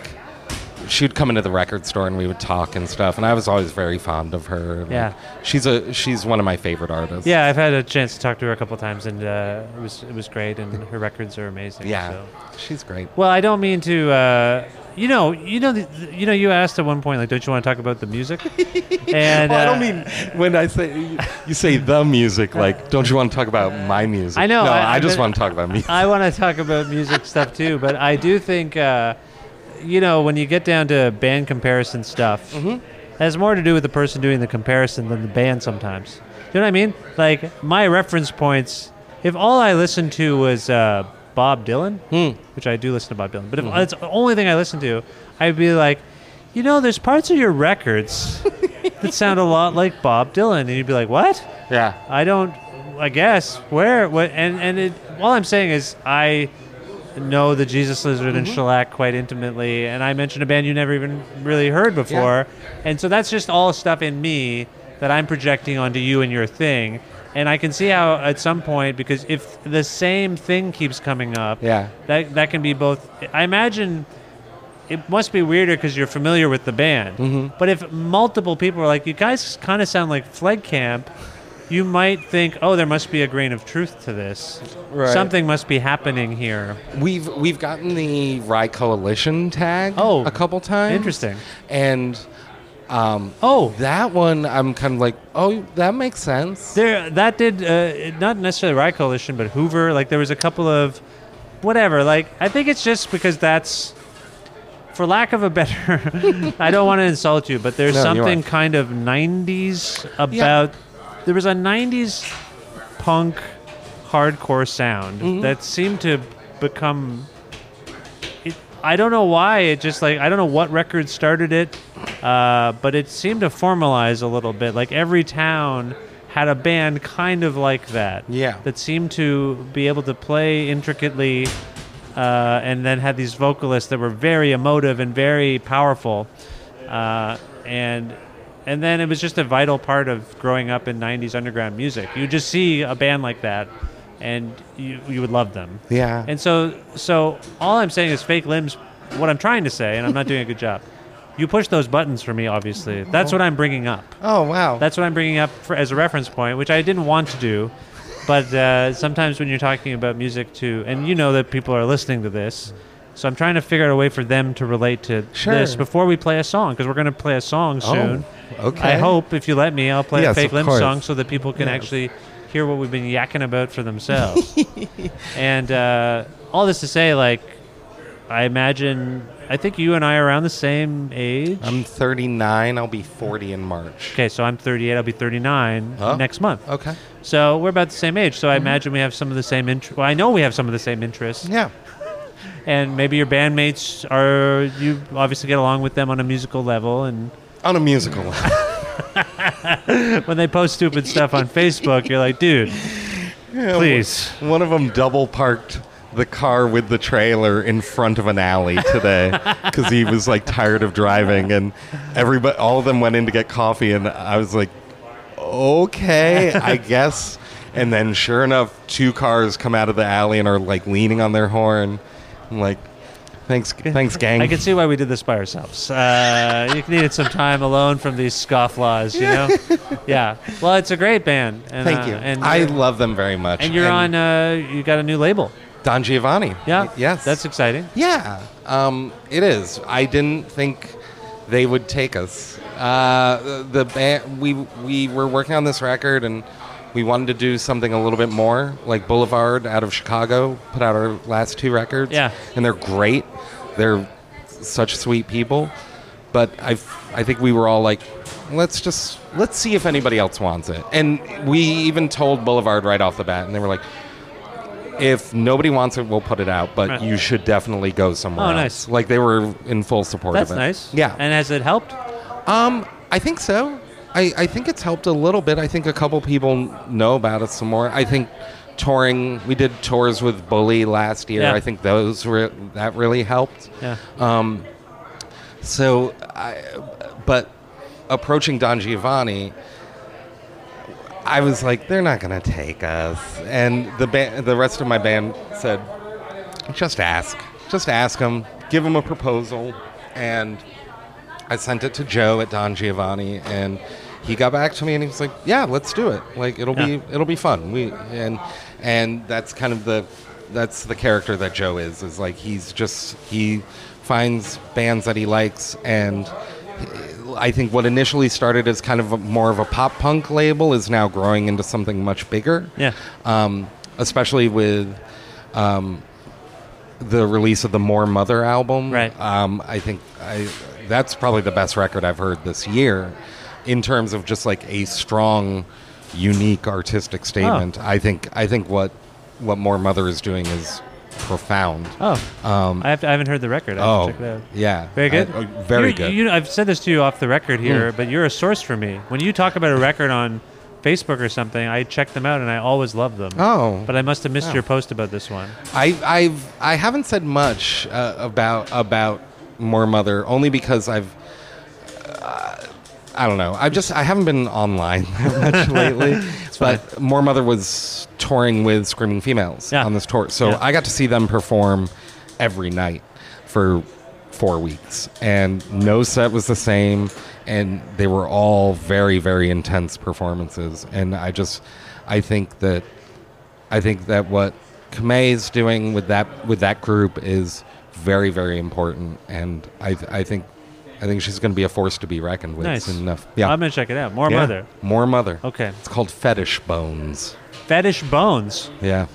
she'd come into the record store and we would talk and stuff. And I was always very fond of her. Like, Yeah. she's a she's one of my favorite artists. Yeah, I've had a chance to talk to her a couple times, and uh, it was it was great, and her records are amazing. yeah, so. she's great. Well, I don't mean to. Uh, you know, you know, the, the- you know. You asked at one point, like, don't you want to talk about the music? and Well, uh, I don't mean when I say you say the music. Like, don't you want to talk about my music? I know, No, I- I, I just meant- want to talk about me. I want to talk about music stuff too, but I do think, uh, you know, when you get down to band comparison stuff, it has more to do with the person doing the comparison than the band sometimes. You know what I mean? Like my reference points. If all I listened to was uh, Bob Dylan, which I do listen to Bob Dylan, but if that's the only thing I listen to, I'd be like, you know, there's parts of your records that sound a lot like Bob Dylan, and you'd be like, what? yeah. I don't. I guess where what and and it, all I'm saying is I know the Jesus Lizard and Shellac quite intimately, and I mentioned a band you never even really heard before, and so that's just all stuff in me that I'm projecting onto you and your thing, and I can see how at some point because if the same thing keeps coming up, Yeah. that that can be both. I imagine it must be weirder because you're familiar with the band. But if multiple people are like, you guys kind of sound like Flegkamp, you might think, oh, there must be a grain of truth to this. Right. Something must be happening here. We've we've gotten the Rye Coalition tag Oh, a couple times. interesting. And Oh, that one, I'm kind of like, oh, that makes sense. there that did uh, not necessarily Rye Coalition, but Hoover. Like there was a couple of whatever. Like I think it's just because that's. For lack of a better, I don't want to insult you, but there's No, you something aren't. kind of '90s about. There was a '90s punk hardcore sound that seemed to become it, I don't know why it just like I don't know what record started it uh, but it seemed to formalize a little bit like every town had a band kind of like that Yeah. that seemed to be able to play intricately uh, and then had these vocalists that were very emotive and very powerful uh, and and then it was just a vital part of growing up in 90s underground music you just see a band like that and you, you would love them Yeah. and so, so all I'm saying is fake limbs. What I'm trying to say, and I'm not doing a good job. You push those buttons for me, obviously. That's what I'm bringing up. Oh wow. That's what I'm bringing up for, as a reference point, which I didn't want to do. But uh, sometimes when you're talking about music too, and you know that people are listening to this, so I'm trying to figure out a way for them to relate to Sure. Oh, this before we play a song, because we're going to play a song soon. I okay. hope if you let me, I'll play Yes, a fake of limb course. song so that people can actually hear what we've been yakking about for themselves. and uh, all this to say, like, I imagine, I think you and I are around the same age. I'm 39. I'll be 40 in March. okay, so I'm 38. I'll be 39 Huh? next month. Okay. So we're about the same age. So I Mm-hmm. imagine we have some of the same interests. Well, I know we have some of the same interests. Yeah. And maybe your bandmates are you obviously get along with them on a musical level and. On a musical. level. when they post stupid stuff on Facebook, you're like, dude, please. One of them double parked the car with the trailer in front of an alley today because he was like tired of driving, and everybody, all of them went in to get coffee, and I was like, okay, I guess. And then, sure enough, two cars come out of the alley and are like leaning on their horn. I'm like, thanks, thanks, gang. I can see why we did this by ourselves. Uh, you needed some time alone from these scofflaws, you know? yeah. Well, it's a great band. And, Thank uh, you. And I you're- love them very much. and you're on. Uh, you got a new label. Don Giovanni. Yeah. Yes. That's exciting. Yeah, um, it is. I didn't think they would take us. Uh, the band, we we were working on this record and we wanted to do something a little bit more. Like Boulevard out of Chicago put out our last two records. Yeah. and they're great. They're such sweet people. But I I think we were all like, let's just let's see if anybody else wants it. And we even told Boulevard right off the bat, and they were like if nobody wants it, we'll put it out. But Right. you should definitely go somewhere. Oh, else. nice. Like they were in full support. That's of it. nice. Yeah. And has it helped? um, I think so. I, I think it's helped a little bit. I think a couple people know about it some more. I think touring. We did tours with Bully last year. Yeah. I think those were that really helped. Yeah. Um, so, I, but approaching Don Giovanni, I was like, they're not gonna take us. And the band, the rest of my band said, just ask, just ask him, give him a proposal, and I sent it to Joe at Don Giovanni, and he got back to me and he was like, yeah, let's do it. Like it'll be it'll be fun. We and and that's kind of the that's the character that Joe is. Is like he's just he finds bands that he likes and. I think what initially started as kind of a, more of a pop punk label is now growing into something much bigger. Yeah. Um, especially with um, the release of the More Mother album. Right. Um, I think I, that's probably the best record I've heard this year in terms of just like a strong, unique artistic statement. I think I think what what More Mother is doing is profound. Oh. Um, I, have to, I haven't heard the record. I have to check it out. oh, yeah. Very good. I- uh, very You're- good. Hmm. You, I've said this to you off the record here, but you're a source for me. When you talk about a record on Facebook or something, I check them out and I always love them. Oh. But I must have missed Wow. your post about this one. I, I've I haven't said much uh, about about more mother only because I've uh, I don't know I've just I haven't been online that much lately. but more mother was touring with Screaming Females Yeah. on this tour, so Yeah. I got to see them perform every night for four weeks, and no set was the same, and they were all very very intense performances, and I just I think that I think that what Kamei is doing with that with that group is very very important, and I I think I think she's going to be a force to be reckoned with Nice. soon enough. Yeah, I'm going to check it out. More Yeah. Mother. more mother. Okay. it's called fetish bones. Fetish Bones. Yeah,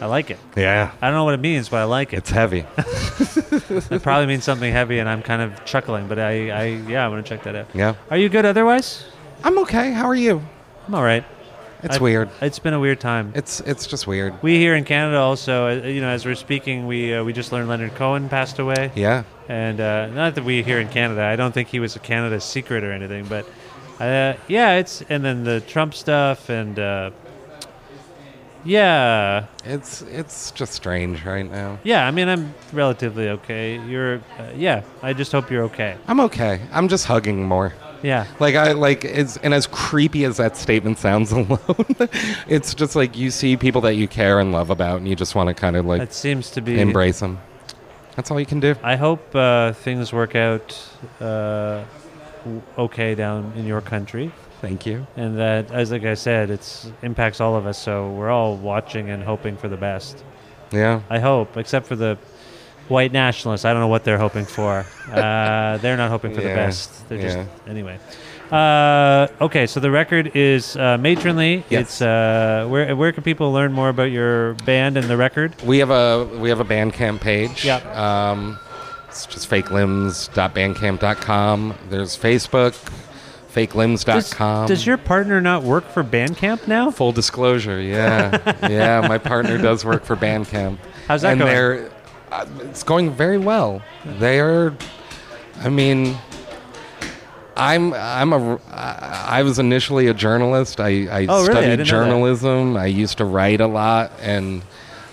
I like it. yeah, I don't know what it means, but I like it. it's heavy. It probably means something heavy, and I'm kind of chuckling, but I, I yeah, I'm going to check that out. Yeah. Are you good otherwise? I'm okay. How are you? I'm all right. It's I've- weird. It's been a weird time. It's it's just weird. we here in Canada also, uh, you know, as we're speaking, we uh, we just learned Leonard Cohen passed away. Yeah, and uh, not that we here in Canada. I don't think he was a Canada secret or anything, but uh, yeah, it's and then the Trump stuff and uh, yeah, it's it's just strange right now. yeah. I mean, I'm relatively okay. You're uh, yeah. I just hope you're okay. I'm okay. I'm just hugging more. Yeah, Like I like as and as creepy as that statement sounds alone, it's just like you see people that you care and love about, and you just want to kind of like that seems to be. embrace them. That's all you can do. I hope uh, things work out uh, w- okay down in your country. Thank you. And that, as like I said, it's impacts all of us. So we're all watching and hoping for the best. Yeah, I hope, except for the white nationalists. I don't know what they're hoping for. Uh, they're not hoping for the Yeah, best. They're just yeah. anyway. Uh, okay, so the record is uh, matronly. Yes. It's uh, where where can people learn more about your band and the record? we have a we have a Bandcamp page. Yeah. Um, it's just fakelimbs.bandcamp.com. There's Facebook, Does, fakelimbs.com. does your partner not work for Bandcamp now? Full disclosure, yeah, yeah. My partner does work for Bandcamp. How's that and going? They're, uh, it's going very well. They are. I mean, I'm I'm a I I was initially a journalist. I, I Oh, really? I studied didn't know that. journalism. I used to write a lot, and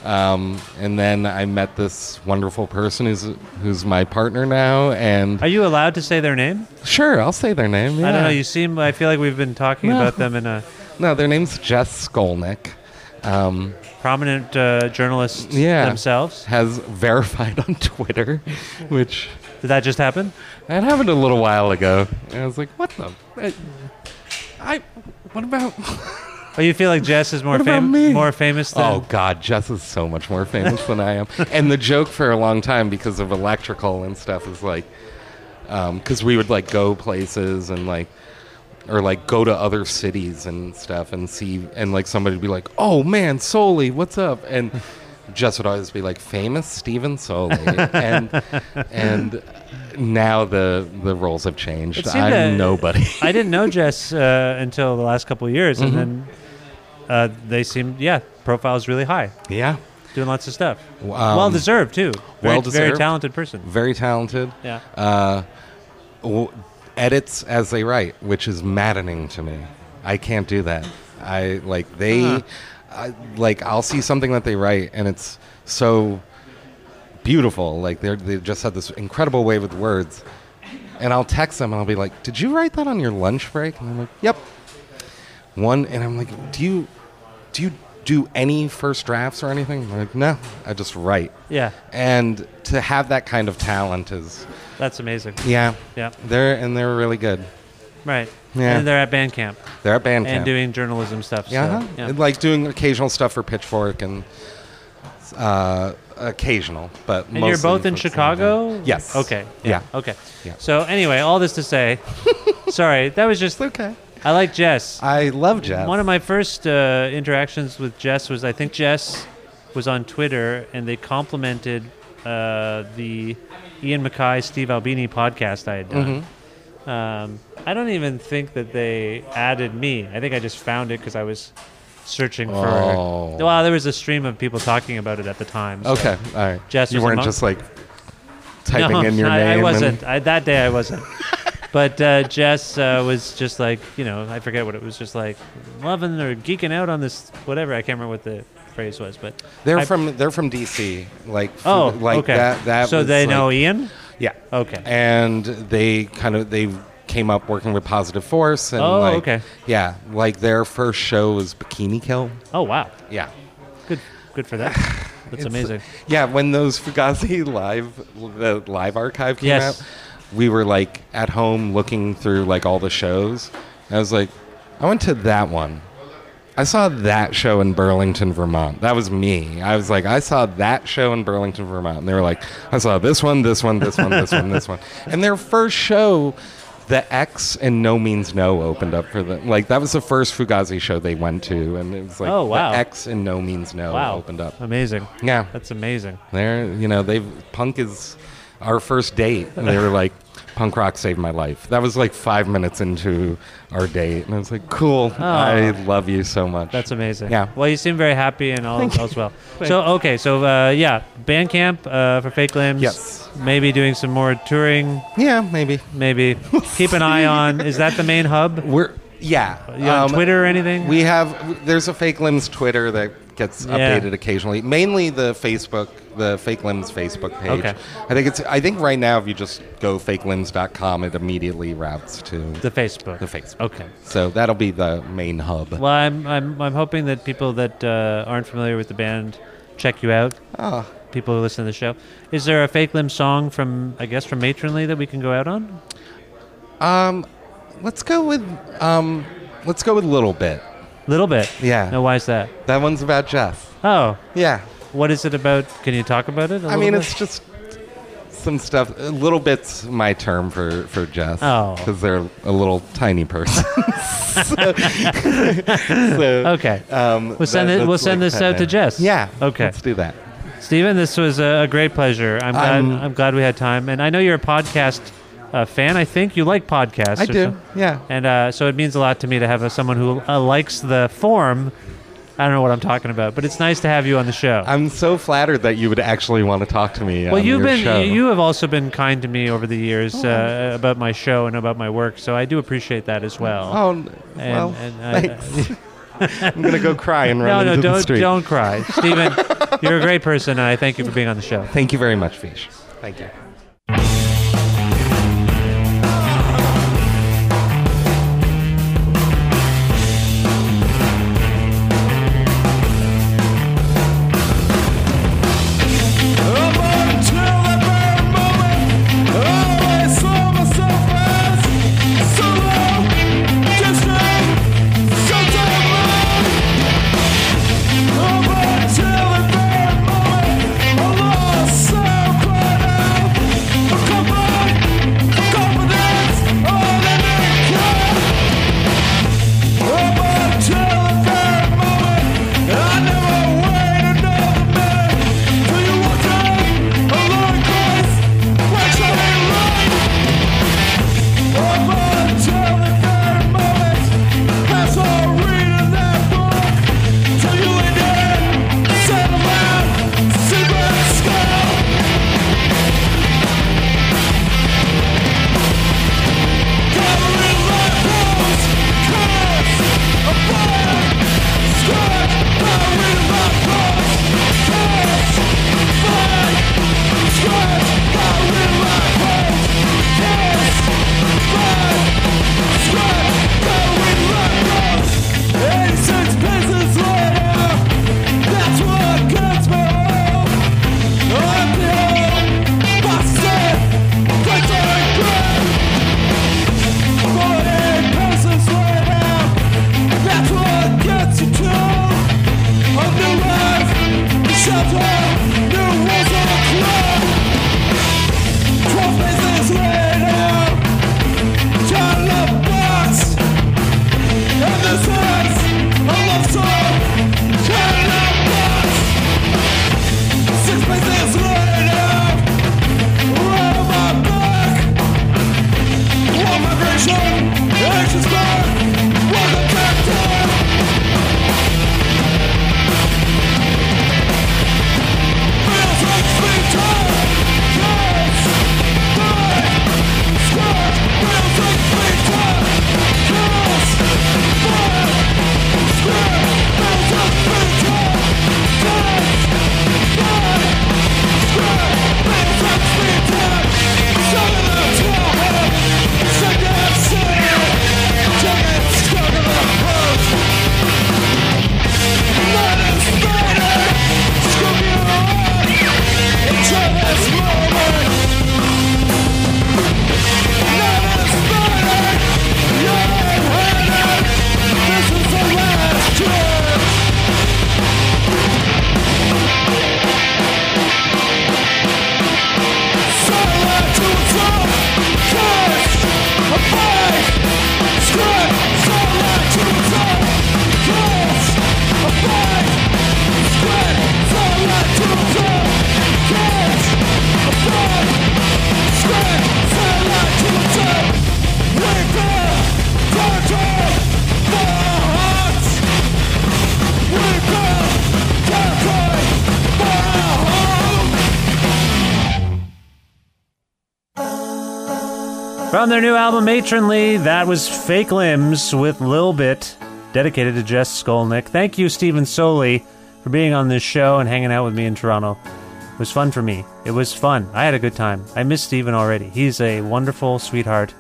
um, and then I met this wonderful person who's who's my partner now. And Are you allowed to say their name? sure, I'll say their name. I don't yeah. know. You seem. I feel like we've been talking No. about them in a no, their name's Jess Skolnick. Um, prominent uh, journalist yeah. themselves. Has verified on Twitter, which Did that just happen? that happened a little while ago. And I was like, what the? I, I- what about? Oh, you feel like Jess is more What about me? famous? More famous than? Oh God, Jess is so much more famous than I am. And the joke for a long time because of electrical and stuff is like, because we would like go places and like, or like go to other cities and stuff and see and like somebody would be like, oh man, Soli, what's up? And Jess would always be like, famous Stephen Soli. and and now the the roles have changed. It seemed I'm that- nobody. I didn't know Jess uh, until the last couple of years, Mm-hmm. and then uh, they seemed yeah profile's really high, yeah, doing lots of stuff. W- well um, deserved too. Very, Very well-deserved. talented person. very talented. Yeah. uh, w- edits as they write, which is maddening to me. I can't do that. I like they, I, like I'll see something that they write, and it's so beautiful. Like they they just had this incredible way with words, and I'll text them and I'll be like, "Did you write that on your lunch break?" And I'm like, "Yep." One, and I'm like, "Do you, do you do any first drafts or anything?" And they're like, "No, I just write." Yeah, And to have that kind of talent is that's amazing. yeah. Yeah. They're and they're really good. Right. Yeah. And they're at Bandcamp They're at Bandcamp. and doing journalism stuff. so, yeah, uh-huh. yeah. And, like doing occasional stuff for Pitchfork and uh, occasional, but And you're both in Chicago? Yes. Okay. Yeah. Okay. Yeah. So anyway, all this to say, sorry, that was just. Okay. I like Jess. I love jazz. One of my first uh, interactions with Jess was I think Jess was on Twitter and they complimented uh, the Ian Mackay Steve Albini podcast I had done. Mm-hmm. Um, I don't even think that they added me. I think I just found it because I was searching for. Oh. Well, there was a stream of people talking about it at the time. so- okay. All right. Jess you was a weren't monk. just like typing no, in your I, name. I and- wasn't. I, that day I wasn't. but uh, Jess uh, was just like, you know, I forget what it was, just like loving or geeking out on this, whatever. I can't remember what the phrase was, but they're I- from they're from DC. Like f- Oh, like okay. that. That so was they know like- Ian. Yeah. Okay. And they kind of they came up working with Positive Force and Oh, like okay. yeah, like their first show was Bikini Kill. Oh wow, Yeah. good, good for that. That's It's- amazing. Yeah, when those Fugazi live the live archive came Yes. out, we were like at home looking through like all the shows. And I was like, I went to that one. I saw that show in Burlington, Vermont. That was me. I was like, I saw that show in Burlington, Vermont. And they were like, I saw this one, this one, this one, this one, this one. And their first show, the X and No Means No opened up for them. Like that was the first Fugazi show they went to, and it was like Oh, wow. the X and No Means No Wow, opened up. Amazing. Yeah. that's amazing. They're, you know, they've punk is our first date. And they were like, punk rock saved my life. That was like five minutes into our date. And I was like, cool. I love you so much. Oh. That's amazing. Yeah. Well, you seem very happy and all all's well. so okay, so uh, yeah, Bandcamp uh, for Fake Limbs. Yes. Maybe doing some more touring. Yeah, maybe. Maybe keep an eye on. Is that the main hub? We're, yeah. You on Um, Twitter or anything? We have, there's a Fake Limbs Twitter that gets Yeah. updated occasionally. Mainly the Facebook, the Fake Limbs Facebook page. Okay. I think it's, I think right now if you just go fakelimbs.com, it immediately routes to the Facebook. the Facebook. Okay. So that'll be the main hub. Well, I'm, I'm, I'm hoping that people that uh, aren't familiar with the band check you out. Ah. People who listen to the show. Is there a fake limb song from I guess from Matronly that we can go out on? Um, let's go with um, let's go with little bit. Little bit. Yeah. Now why is that? That one's about Jeff. Oh, Yeah, what is it about? Can you talk about it? I I mean it's just some stuff. A little bit's my term for for Jeff. Oh. because they're a little tiny person. So- so, okay. Um, We'll send it- that's we'll send this pet out to name. Jess. Yeah. Okay. Let's do that. Stephen, this was a, a great pleasure. I'm glad I'm, I'm- glad we had time, and I know you're a podcast uh, fan. I think you like podcasts. I or do. some- Yeah. and uh, so it means a lot to me to have a, someone who uh, likes the form. I don't know what I'm talking about, but it's nice to have you on the show. I'm so flattered that you would actually want to talk to me. well, on you've your been show. Oh, you have also been kind to me over the years uh, about my show and about my work, so I do appreciate that as well. Oh n- And- well, and I- thanks. I'm gonna go cry and no, run no, into the don't street. don't cry, Stephen. you're a great person, and I thank you for being on the show. Thank you very much, Fish. Thank you. Just a so damn From their new album Matronly, that was Fake Limbs with Lil Bit, dedicated to Jess Skolnick. Thank you, Stephen Soli, for being on this show and hanging out with me in Toronto. It was fun for me. It was fun. I had a good time. I miss Stephen already. He's a wonderful sweetheart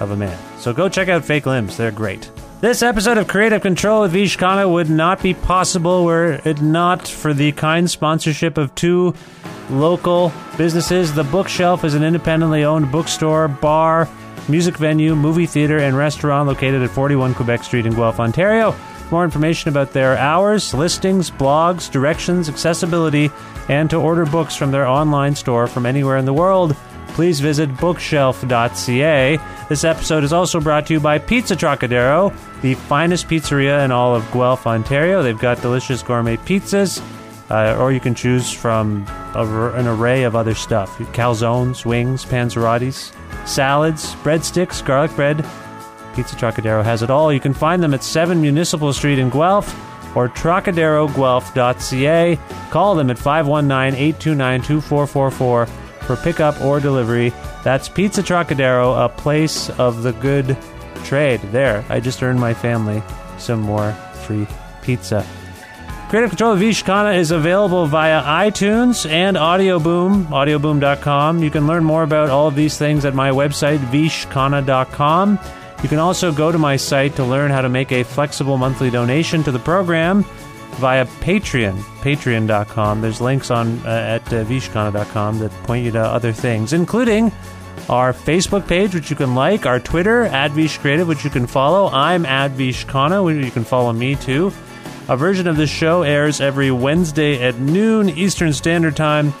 of a man. So go check out Fake Limbs. They're great. This episode of Creative Control with Vish Khanna would not be possible were it not for the kind sponsorship of two local businesses. The Bookshelf is an independently owned bookstore, bar, music venue, movie theater, and restaurant located at 41 Quebec Street in Guelph, Ontario. For more information about their hours, listings, blogs, directions, accessibility, and to order books from their online store from anywhere in the world, please visit bookshelf.ca. This episode is also brought to you by Pizza Trocadero, the finest pizzeria in all of Guelph, Ontario. They've got delicious gourmet pizzas, uh, or you can choose from a, an array of other stuff calzones, wings, panzerottis, salads, breadsticks, garlic bread. Pizza Trocadero has it all. You can find them at 7 Municipal Street in Guelph or trocaderoguelph.ca. Call them at 519 829 2444 for pickup or delivery. That's Pizza Trocadero, a place of the good trade. There, I just earned my family some more free pizza. Creative Control of Vishkana is available via iTunes and Audioboom, audioboom.com. You can learn more about all of these things at my website, vishkana.com. You can also go to my site to learn how to make a flexible monthly donation to the program via Patreon, patreon.com. There's links on uh, at uh, vishkana.com that point you to other things, including our Facebook page, which you can like, our Twitter, at Vish Creative, which you can follow. I'm at Vishkana, where you can follow me too. A version of this show airs every Wednesday at noon Eastern Standard Time,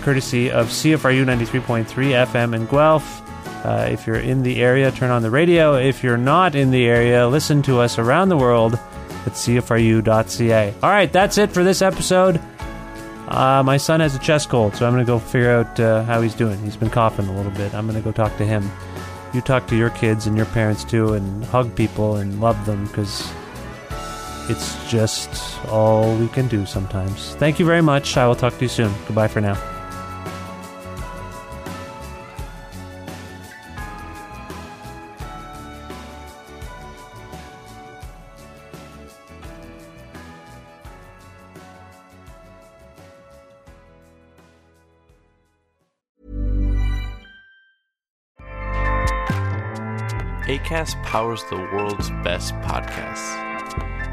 courtesy of CFRU 93.3 FM in Guelph. Uh, if you're in the area, turn on the radio. If you're not in the area, listen to us around the world at CFRU.ca. All right, that's it for this episode. Uh, my son has a chest cold, so I'm going to go figure out uh, how he's doing. He's been coughing a little bit. I'm going to go talk to him. You talk to your kids and your parents too, and hug people and love them because it's just all we can do sometimes. Thank you very much. I will talk to you soon. Goodbye for now. ACAST powers the world's best podcasts.